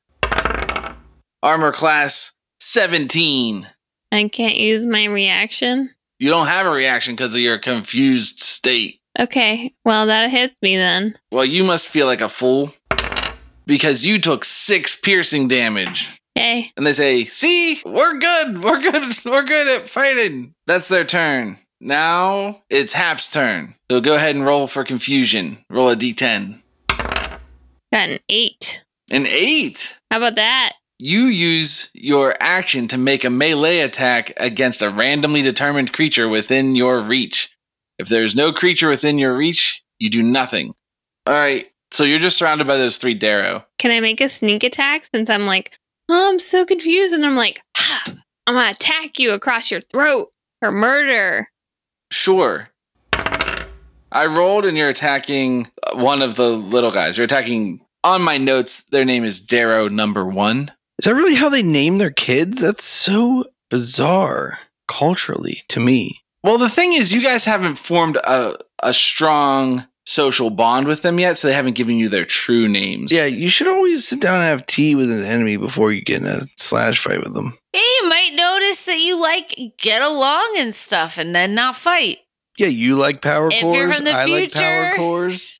armor class 17. I can't use my reaction. You don't have a reaction because of your confused state. Okay, well, that hits me then. Well, you must feel like a fool because you took six piercing damage. Okay, And they say, See, we're good. We're good. We're good at fighting. That's their turn. Now it's Hap's turn. So go ahead and roll for confusion. Roll a d10. got an eight. An eight. How about that? you use your action to make a melee attack against a randomly determined creature within your reach. If there is no creature within your reach, you do nothing. All right, so you're just surrounded by those three Darrow. Can I make a sneak attack since I'm like, oh, I'm so confused? And I'm like, "Ha, I'm gonna attack you across your throat for murder. Sure. I rolled and you're attacking uh, one of the little guys. You're attacking on my notes, their name is Darrow Number One. Is that really how they name their kids? That's so bizarre culturally to me. Well, the thing is, you guys haven't formed a a strong social bond with them yet, so they haven't given you their true names. Yeah, you should always sit down and have tea with an enemy before you get in a slash fight with them. Hey, you might notice that you like get along and stuff and then not fight. Yeah, you like power If cores. you're from the I like power future- cores.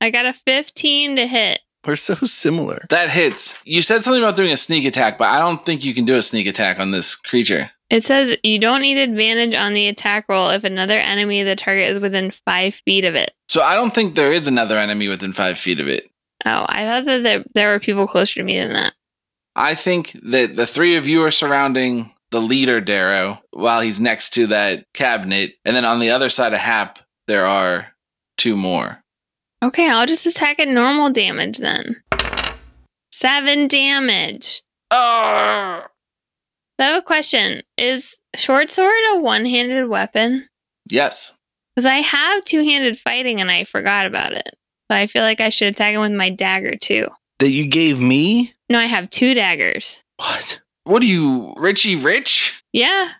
I got a 15 to hit. We're so similar. That hits. You said something about doing a sneak attack, but I don't think you can do a sneak attack on this creature. It says you don't need advantage on the attack roll if another enemy of the target is within five feet of it. So I don't think there is another enemy within five feet of it. Oh, I thought that there, there were people closer to me than that. I think that the three of you are surrounding the leader, Darrow, while he's next to that cabinet. And then on the other side of Hap, there are two more. Okay, I'll just attack at normal damage then. Seven damage. Oh! So I have a question. Is short sword a one handed weapon? Yes. Because I have two handed fighting and I forgot about it. So I feel like I should attack him with my dagger too. That you gave me? No, I have two daggers. What? What are you, Richie Rich? Yeah.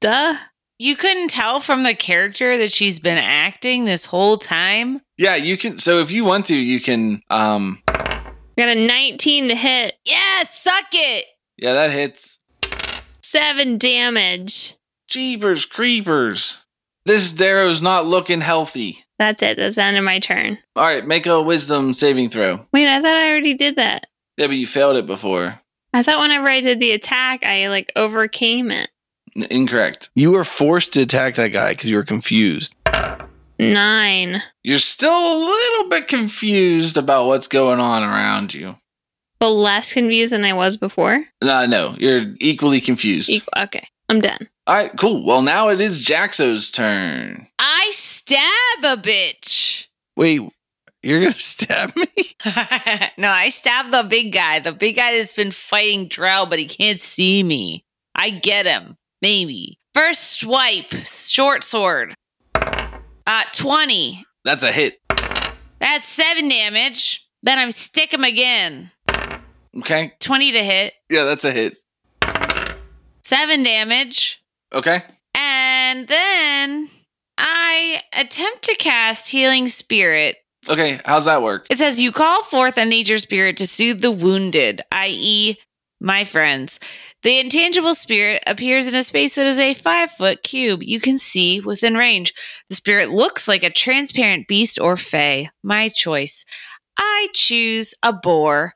Duh. You couldn't tell from the character that she's been acting this whole time. Yeah, you can. So if you want to, you can. Um, I got a 19 to hit. Yeah, suck it. yeah, that hits. Seven damage. Jeepers, creepers. This Darrow's not looking healthy. That's it. That's the end of my turn. All right, make a wisdom saving throw. Wait, I thought I already did that. Yeah, but you failed it before. I thought whenever I did the attack, I like overcame it. N- incorrect. You were forced to attack that guy because you were confused. Nine. You're still a little bit confused about what's going on around you. But less confused than I was before. No, no, you're equally confused. Equal. Okay, I'm done. All right, cool. Well, now it is Jaxo's turn. I stab a bitch. Wait, you're gonna stab me? no, I stab the big guy. The big guy that's been fighting Drell, but he can't see me. I get him. Maybe. First swipe, short sword. Uh, 20. That's a hit. That's seven damage. Then I'm stick him again. Okay. 20 to hit. Yeah, that's a hit. Seven damage. Okay. And then I attempt to cast Healing Spirit. Okay. How's that work? It says, You call forth a nature spirit to soothe the wounded, i.e., my friends. The intangible spirit appears in a space that is a five foot cube you can see within range. The spirit looks like a transparent beast or fey. My choice. I choose a boar.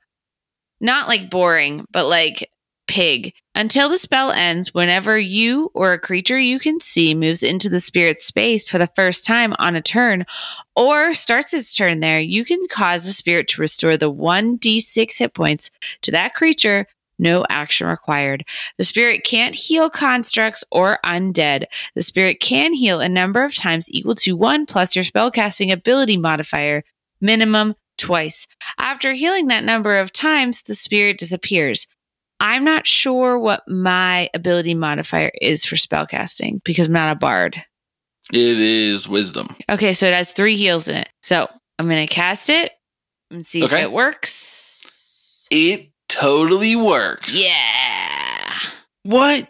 Not like boring, but like pig. Until the spell ends, whenever you or a creature you can see moves into the spirit's space for the first time on a turn, or starts its turn there, you can cause the spirit to restore the 1d6 hit points to that creature. No action required. The spirit can't heal constructs or undead. The spirit can heal a number of times equal to one plus your spellcasting ability modifier, minimum twice. After healing that number of times, the spirit disappears. I'm not sure what my ability modifier is for spellcasting because I'm not a bard. It is wisdom. Okay, so it has three heals in it. So I'm gonna cast it and see Okay. if it works. It totally works. Yeah. What?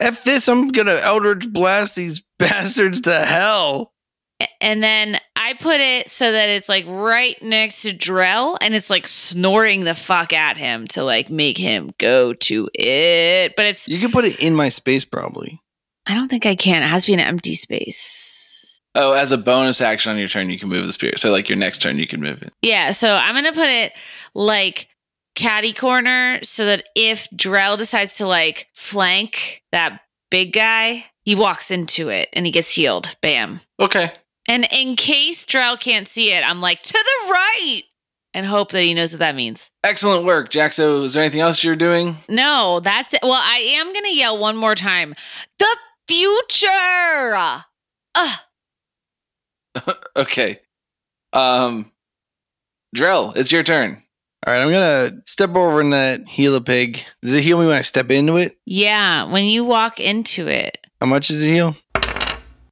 F this, I'm gonna Eldritch Blast these bastards to hell. A- And then I put it so that it's like right next to Drell and it's like snorting the fuck at him to like make him go to it. But it's You can put it in my space probably. I don't think I can. It has to be an empty space. Oh, as a bonus action on your turn, you can move the spirit. So, like your next turn, you can move it. Yeah, so I'm gonna put it like catty corner so that if Drell decides to like flank that big guy, he walks into it and he gets healed. Bam. Okay. And in case Drell can't see it, I'm like to the right and hope that he knows what that means. Excellent work, Jaxo. Is there anything else you're doing? No, that's it. Well, I am gonna yell one more time. The future. Ugh. Okay. Um, Drell, it's your turn. All right, I'm gonna step over in that heal a pig. Does it heal me when I step into it? Yeah, when you walk into it. How much does it heal?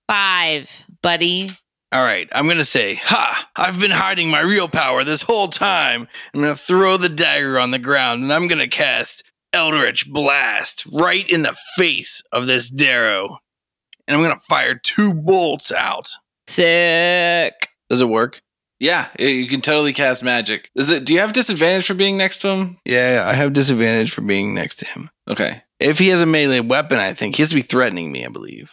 Five, buddy. All right, I'm gonna say, Ha! I've been hiding my real power this whole time. I'm gonna throw the dagger on the ground and I'm gonna cast Eldritch Blast right in the face of this Darrow. And I'm gonna fire two bolts out. Sick. Does it work? Yeah, y- you can totally cast magic. Is it? Do you have disadvantage for being next to him? Yeah, I have disadvantage for being next to him. Okay. If he has a melee weapon, I think he has to be threatening me, I believe.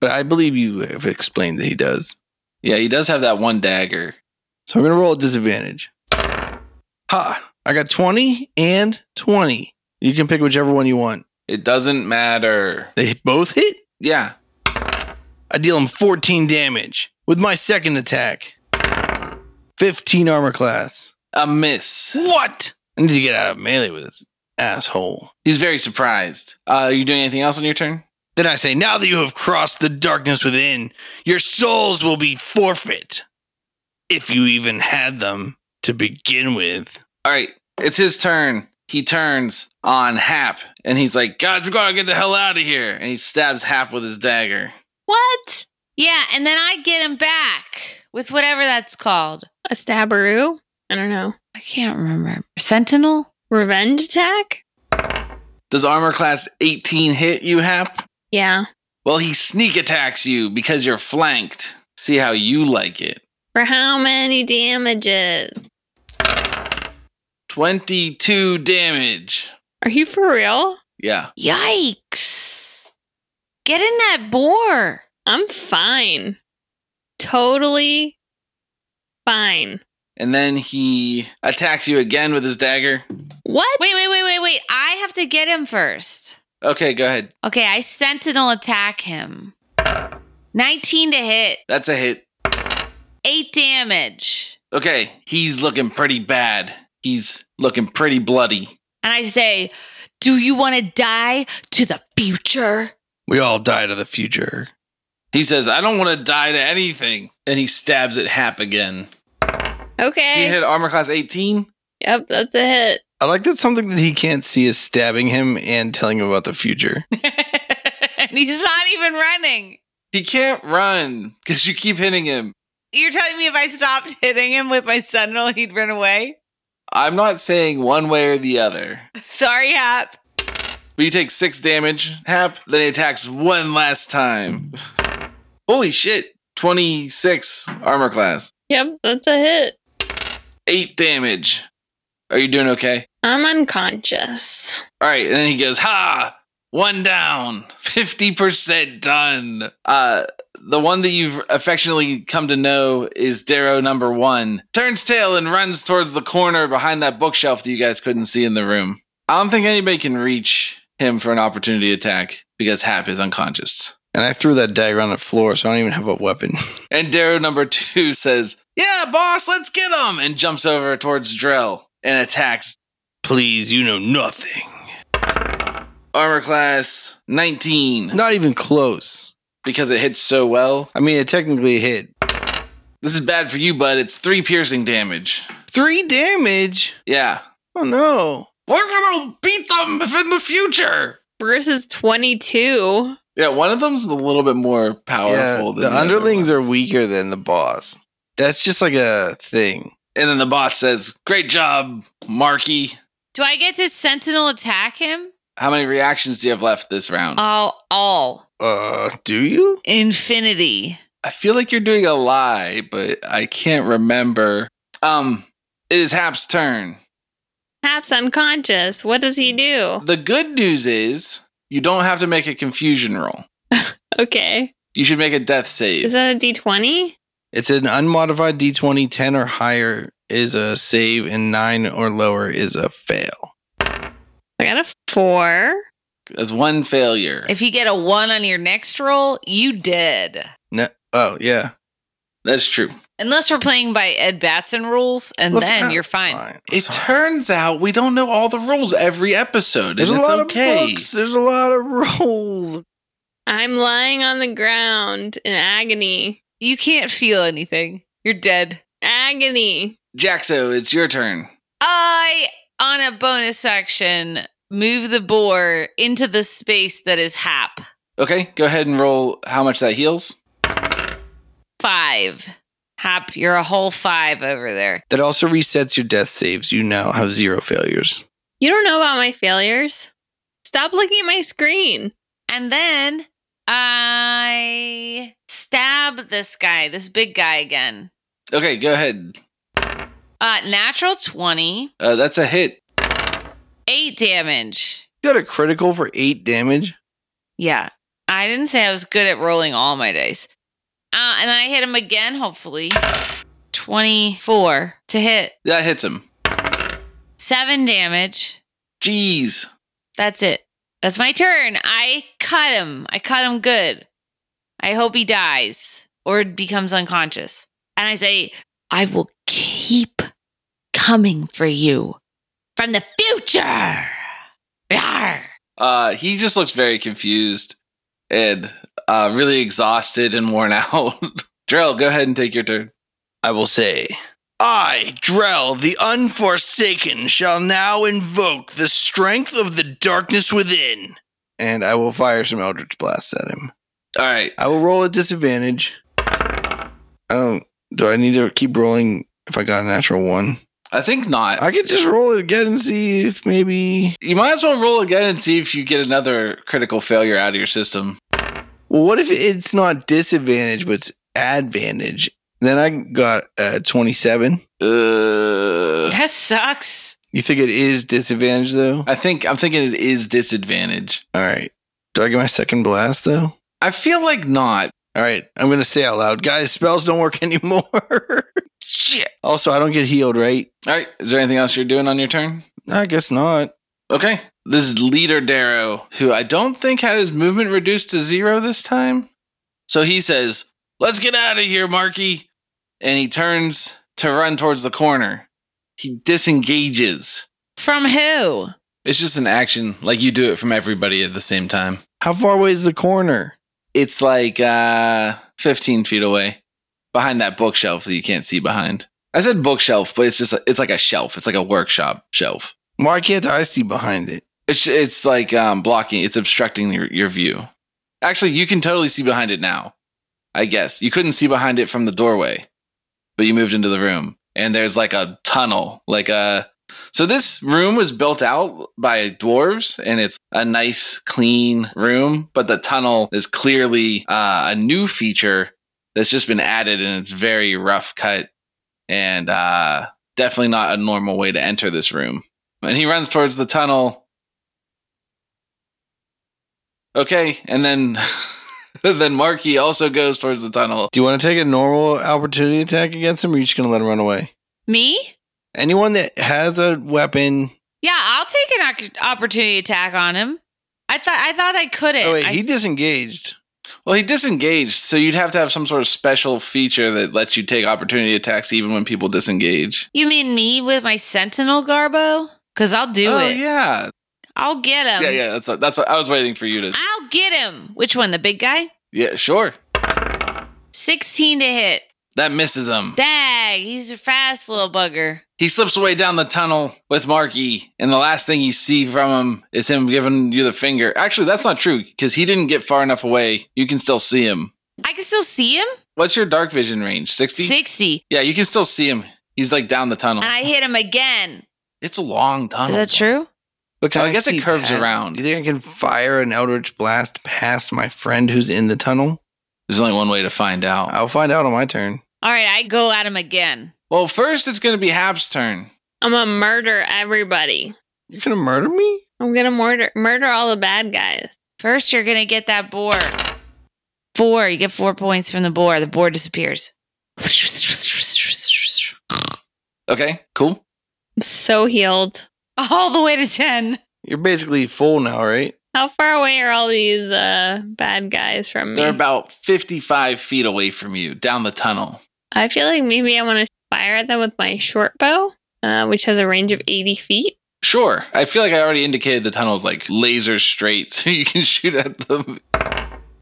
But I believe you have explained that he does. Yeah, he does have that one dagger. So I'm going to roll a disadvantage. Ha! I got 20 and 20. You can pick whichever one you want. It doesn't matter. They both hit. Yeah. I deal him 14 damage with my second attack. 15 armor class. A miss. What? I need to get out of melee with this asshole. He's very surprised. Uh, are you doing anything else on your turn? Then I say, now that you have crossed the darkness within, your souls will be forfeit. If you even had them to begin with. All right, it's his turn. He turns on Hap and he's like, "Guys, we gotta get the hell out of here!" And he stabs Hap with his dagger. What? Yeah, and then I get him back with whatever that's called. A stabberoo? I don't know. I can't remember. Sentinel? Revenge attack? Does armor class 18 hit you, Hap? Yeah. Well, he sneak attacks you because you're flanked. See how you like it. For how many damages? 22 damage. Are you for real? Yeah. Yikes. Get in that boar. I'm fine. Totally fine. And then he attacks you again with his dagger. What? Wait, wait, wait, wait, wait. I have to get him first. Okay, go ahead. Okay, I sentinel attack him. 19 to hit, That's a hit. 8 damage. Okay, he's looking pretty bad. He's looking pretty bloody. And I say, Do you want to die to the future? We all die to the future. He says, I don't want to die to anything. And he stabs at Hap again. He Okay. hit armor class 18. yep, that's a hit. I like that something that he can't see is stabbing him and telling him about the future. and he's not even running. He can't run because you keep hitting him. You're telling me if I stopped hitting him with my sentinel, he'd run away? I'm not saying one way or the other. Sorry, Hap. But you take six damage, Hap. Then he attacks one last time. Holy shit. 26 armor class. Yep, that's a hit. Eight damage. Are you doing okay? I'm unconscious. All right, and then he goes, "Ha! One down, fifty percent done." Uh, the one that you've affectionately come to know is Darrow number one. Turns tail and runs towards the corner behind that bookshelf that you guys couldn't see in the room. I don't think anybody can reach him for an opportunity attack because Hap is unconscious. And I threw that dagger on the floor, so I don't even have a weapon. And Darrow number two says, "Yeah, boss, let's get him!" and jumps over towards Drell and attacks Please, you know nothing. armor class nineteen Not even close. because it hits so well. I mean, it technically hit This is bad for you, bud. It's three piercing damage. three damage. Yeah. Oh no. We're gonna beat them in the future. Versus 22. Yeah, one of them's a little bit more powerful the, than other underlings are ones. weaker than the boss. That's just like a thing. And then the boss says, Great job, Marky. Do I get to sentinel attack him? How many reactions do you have left this round? Oh, all. Uh, do you? Infinity. I feel like you're doing a lie, but I can't remember. Um, it is Hap's turn. Hap's unconscious. What does he do? The good news is you don't have to make a confusion roll. Okay. You should make a death Is save. that a d20? It's an unmodified d20. 10 or higher is a save, and 9 or lower is a fail. I got a four. That's one failure. If you get a one on your next roll, you did. No. Oh, yeah. That's true. Unless we're playing by Ed Batson rules, and Look then out. you're fine. Fine. It Sorry. turns out we don't know all the rules every episode. There's and a it's lot okay. of books. There's a lot of rules. I'm lying on the ground in agony. You can't feel anything. You're dead. Agony. Jaxo, it's your turn. I, on a bonus action, move the boar into the space that is Hap. Okay, go ahead and roll how much that heals. Five. Hap, you're a whole five over there. That also resets your death saves. You now have zero failures. You don't know about my failures. Stop looking at my screen. And then I stab this guy, this big guy again. Okay, go ahead. Uh, natural 20, Uh, that's a hit. eight damage. You got a critical for eight damage. Yeah. I didn't say I was good at rolling all my dice. Uh, and then I hit him again, hopefully. 24 to hit, That hits him. seven damage. Jeez. That's it. That's my turn. I cut him. I cut him good. I hope he dies or becomes unconscious. And I say, I will keep coming for you from the future. Yar. Uh, he just looks very confused and uh, really exhausted and worn out. Drell, go ahead and take your turn. I will say, I, Drell the Unforsaken, shall now invoke the strength of the darkness within. And I will fire some Eldritch Blasts at him. All right. I will roll at disadvantage. I don't. Do I need to keep rolling if I got a natural one? I think not. I could just roll it again and see if maybe. you might as well roll again and see if you get another critical failure out of your system. Well, what if it's not disadvantage, but it's advantage? Then I got a 27. Uh, That sucks. You think it is disadvantage, though? I think I'm thinking it is disadvantage. All right. Do I get my second blast, though? I feel like not. All right, I'm gonna say out loud, guys. Spells don't work anymore. Shit. Also, I don't get healed, right? All right. Is there anything else you're doing on your turn? I guess not. Okay. This is leader Darrow, who I don't think had his movement reduced to zero this time. So he says, Let's get out of here, Marky. And he turns to run towards the corner. He disengages. From who? It's just an action, like you do it from everybody at the same time. How far away is the corner? It's like uh, 15 feet away behind that bookshelf that you can't see behind. I said bookshelf, but it's just it's like a shelf. It's like a workshop shelf. Why can't I see behind it? It's it's like um, blocking. It's obstructing your, your view. Actually, you can totally see behind it now. I guess you couldn't see behind it from the doorway, but you moved into the room, and there's like a tunnel, like a. So this room was built out by dwarves, and it's a nice, clean room. But the tunnel is clearly uh, a new feature that's just been added, and it's very rough cut, and uh, definitely not a normal way to enter this room. And he runs towards the tunnel Okay, and then then Marky also goes towards the tunnel. Do you want to take a normal opportunity attack against him, or are you just gonna let him run away? Me? Anyone that has a weapon. Yeah, I'll take an oc- opportunity attack on him. I thought I thought I couldn't. Oh wait, Eh, I- he disengaged. Well, he disengaged, so you'd have to have some sort of special feature that lets you take opportunity attacks even when people disengage. you mean me with my sentinel garbo? Cause I'll do oh it. yeah, I'll get him. yeah, yeah. That's what, that's what I was waiting for you to. I'll get him. Which one? The big guy? Yeah, sure. 16 to hit. That misses him. Dag, he's a fast little bugger. he slips away down the tunnel with Marky, and the last thing you see from him is him giving you the finger. Actually, that's not true because he didn't get far enough away. You can still see him. I can still see him? What's your dark vision range? Sixty. 60. Yeah, you can still see him. He's like down the tunnel. And I hit him again. It's a long Is tunnel. that true? But I guess it see curves past- around. Do you think I can fire an Eldritch Blast past my friend who's in the tunnel? There's only one way to find out. I'll find out on my turn. All right, I go at him again. well, first it's going to be Hab's turn. I'm gonna murder everybody. You're gonna murder me? I'm gonna murder murder all the bad guys. First, you're going to get that boar. Four. You get four points from the boar. The boar disappears. Okay, cool. I'm so healed. All the way to 10. You're basically full now, right? How far away are all these uh bad guys from me? They're about 55 feet away from you down the tunnel. I feel like maybe I want to fire at them with my short bow, uh, which has a range of 80 feet. Sure. I feel like I already indicated the tunnel's like laser straight, so you can shoot at them.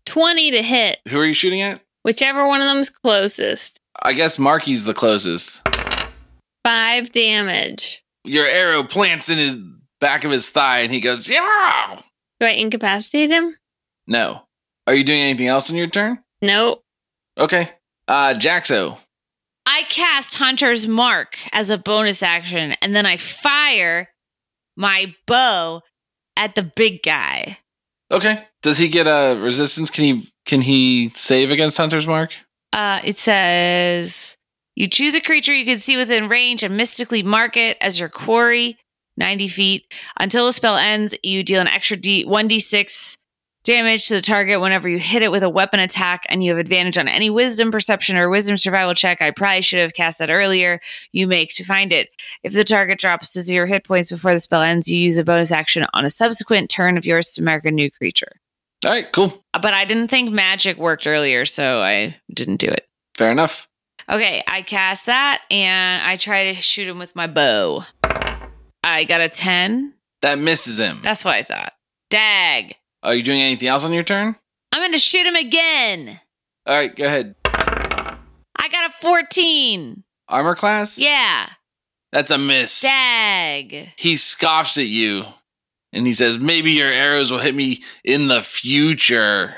20 to hit, Who are you shooting at? whichever one of them's closest. I guess Marky's the closest. Five damage. Your arrow plants in his back of his thigh, and he goes, "Yeah." Do I incapacitate him? No. Are you doing anything else on your turn? Nope. Okay. Uh, Jaxo. I cast Hunter's Mark as a bonus action, and then I fire my bow at the big guy. Okay. Does he get a resistance? Can he can he save against Hunter's Mark? Uh, it says you choose a creature you can see within range and mystically mark it as your quarry, 90 feet. Until the spell ends, you deal an extra D- 1d6 damage to the target whenever you hit it with a weapon attack, and you have advantage on any wisdom perception or wisdom survival check. I probably should have cast that earlier. You make to find it. If the target drops to zero hit points before the spell ends, you use a bonus action on a subsequent turn of yours to mark a new creature. Uh, All right, cool. But I didn't think magic worked earlier, so I didn't do it. Fair enough. Okay, I cast that and I try to shoot him with my bow. I got a 10. That misses him. That's what I thought. Dag. Are you doing anything else on your turn? I'm going to shoot him again. All right, go ahead. I got a 14. Armor class? Yeah. That's a miss. Dag. He scoffs at you and he says, Maybe your arrows will hit me in the future.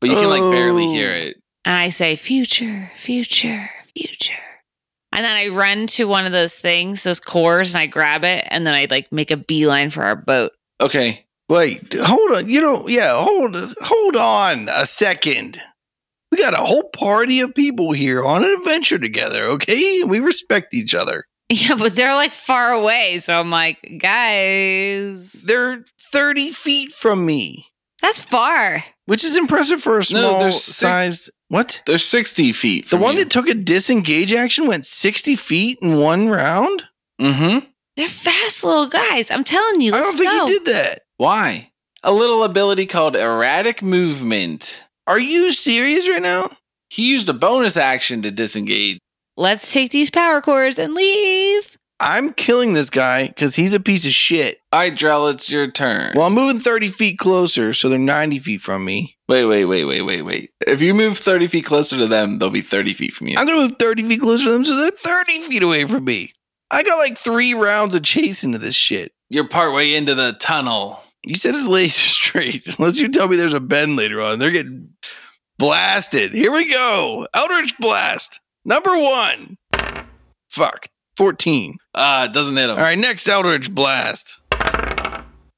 But you can like barely hear Oh. it. And I say, future, future, future. And then I run to one of those things, those cores, and I grab it. And then I like make a beeline for our boat. Okay. Wait, hold on. You know, yeah, hold hold on a second. We got a whole party of people here on an adventure together, okay? We respect each other. Yeah, but they're like far away. So I'm like, guys, They're 30 feet from me, that's far. which is impressive for a small there's six- sized what? They're 60 feet. The one that took a disengage action went 60 feet in one round? Mm hmm. They're fast little guys. I'm telling you. I Let's don't think go. he did that. Why? A little ability called erratic movement. Are you serious right now? He used a bonus action to disengage. Let's take these power cores and leave. I'm killing this guy because he's a piece of shit. All right, Drell, it's your turn. Well, I'm moving 30 feet closer, so they're 90 feet from me. wait, wait, wait, wait, wait, wait. If you move 30 feet closer to them, they'll be 30 feet from you. I'm going to move 30 feet closer to them, so they're 30 feet away from me. I got like three rounds of chasing to this shit. You're partway into the tunnel. You said it's laser straight. Unless you tell me there's a bend later on, they're getting blasted. Here we go. Eldritch Blast, number one. Fuck. 14. Uh, it doesn't hit him. All right, next Eldritch Blast.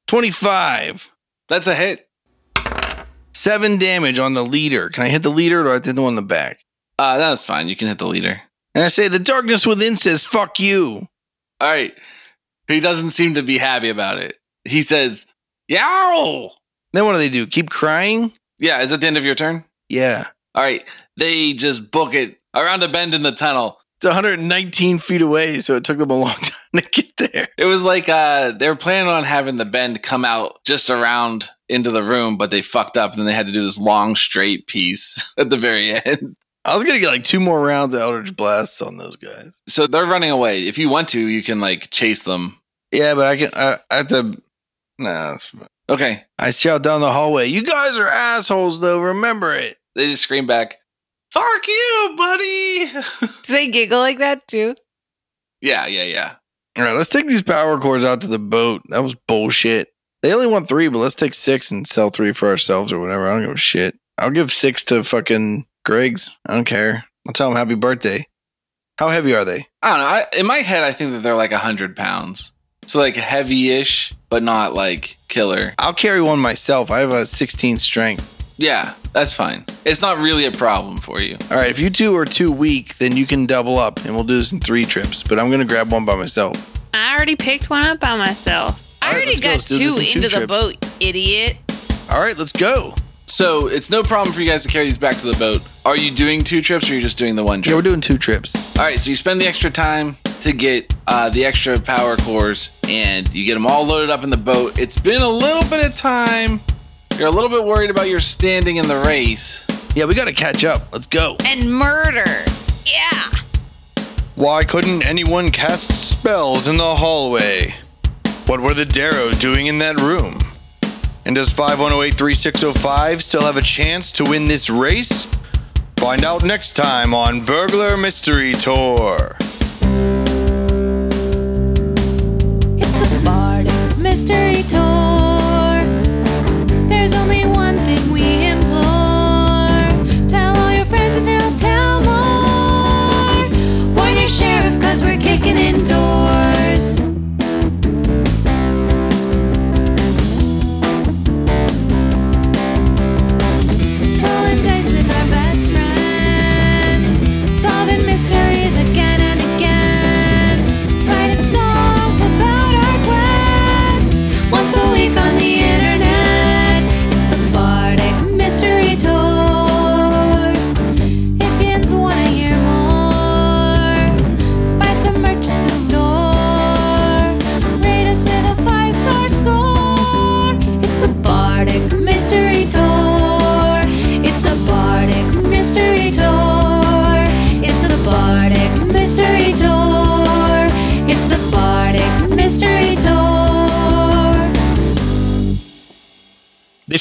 25. That's a hit. Seven damage on the leader. Can I hit the leader or do I hit the one in the back? Uh, that's fine. You can hit the leader. And I say, the darkness within says, fuck you. All right. He doesn't seem to be happy about it. He says, Yow! Then what do they do? Keep crying? Yeah, is that the end of your turn? Yeah. All right. They just book it around a bend in the tunnel. It's 119 feet away, so it took them a long time to get there. It was like uh, they were planning on having the bend come out just around into the room, but they fucked up and then they had to do this long straight piece at the very end. I was going to get like two more rounds of Eldritch Blasts on those guys. So they're running away. If you want to, you can like chase them. Yeah, but I can, I, I have to, nah. it's fine. Okay. I shout down the hallway, you guys are assholes though, remember it. They just scream back, Fuck you, buddy! Do they giggle like that too? yeah, yeah, yeah. All right, let's take these power cores out to the boat. That was bullshit. They only want three, but let's take six and sell three for ourselves or whatever. I don't give a shit. I'll give six to fucking Greg's. I don't care. I'll tell him happy birthday. How heavy are they? I don't know. I, in my head, I think that they're like 100 pounds. So, like, heavy ish, but not like killer. I'll carry one myself. I have a 16 strength. Yeah, that's fine. It's not really a problem for you. All right, if you two are too weak, then you can double up and we'll do this in three trips, but I'm going to grab one by myself. I already picked one up by myself. All I right, already let's go. got Let's do this two in two into trips. the boat, idiot. All right, let's go. So, it's no problem for you guys to carry these back to the boat. Are you doing two trips or you are just doing the one Yeah, trip? we're doing two trips. All right, so you spend the extra time to get uh, the extra power cores and you get them all loaded up in the boat. It's been a little bit of time. You're a little bit worried about your standing in the race. Yeah, we got to catch up. Let's go. And murder. Yeah. Why couldn't anyone cast spells in the hallway? What were the Darrow doing in that room? And does 5108305 still have a chance to win this race? Find out next time on Burglar Mystery Tour. It's the Bardic Mystery Tour. There's only one thing we implore. Tell all your friends and they'll tell more. This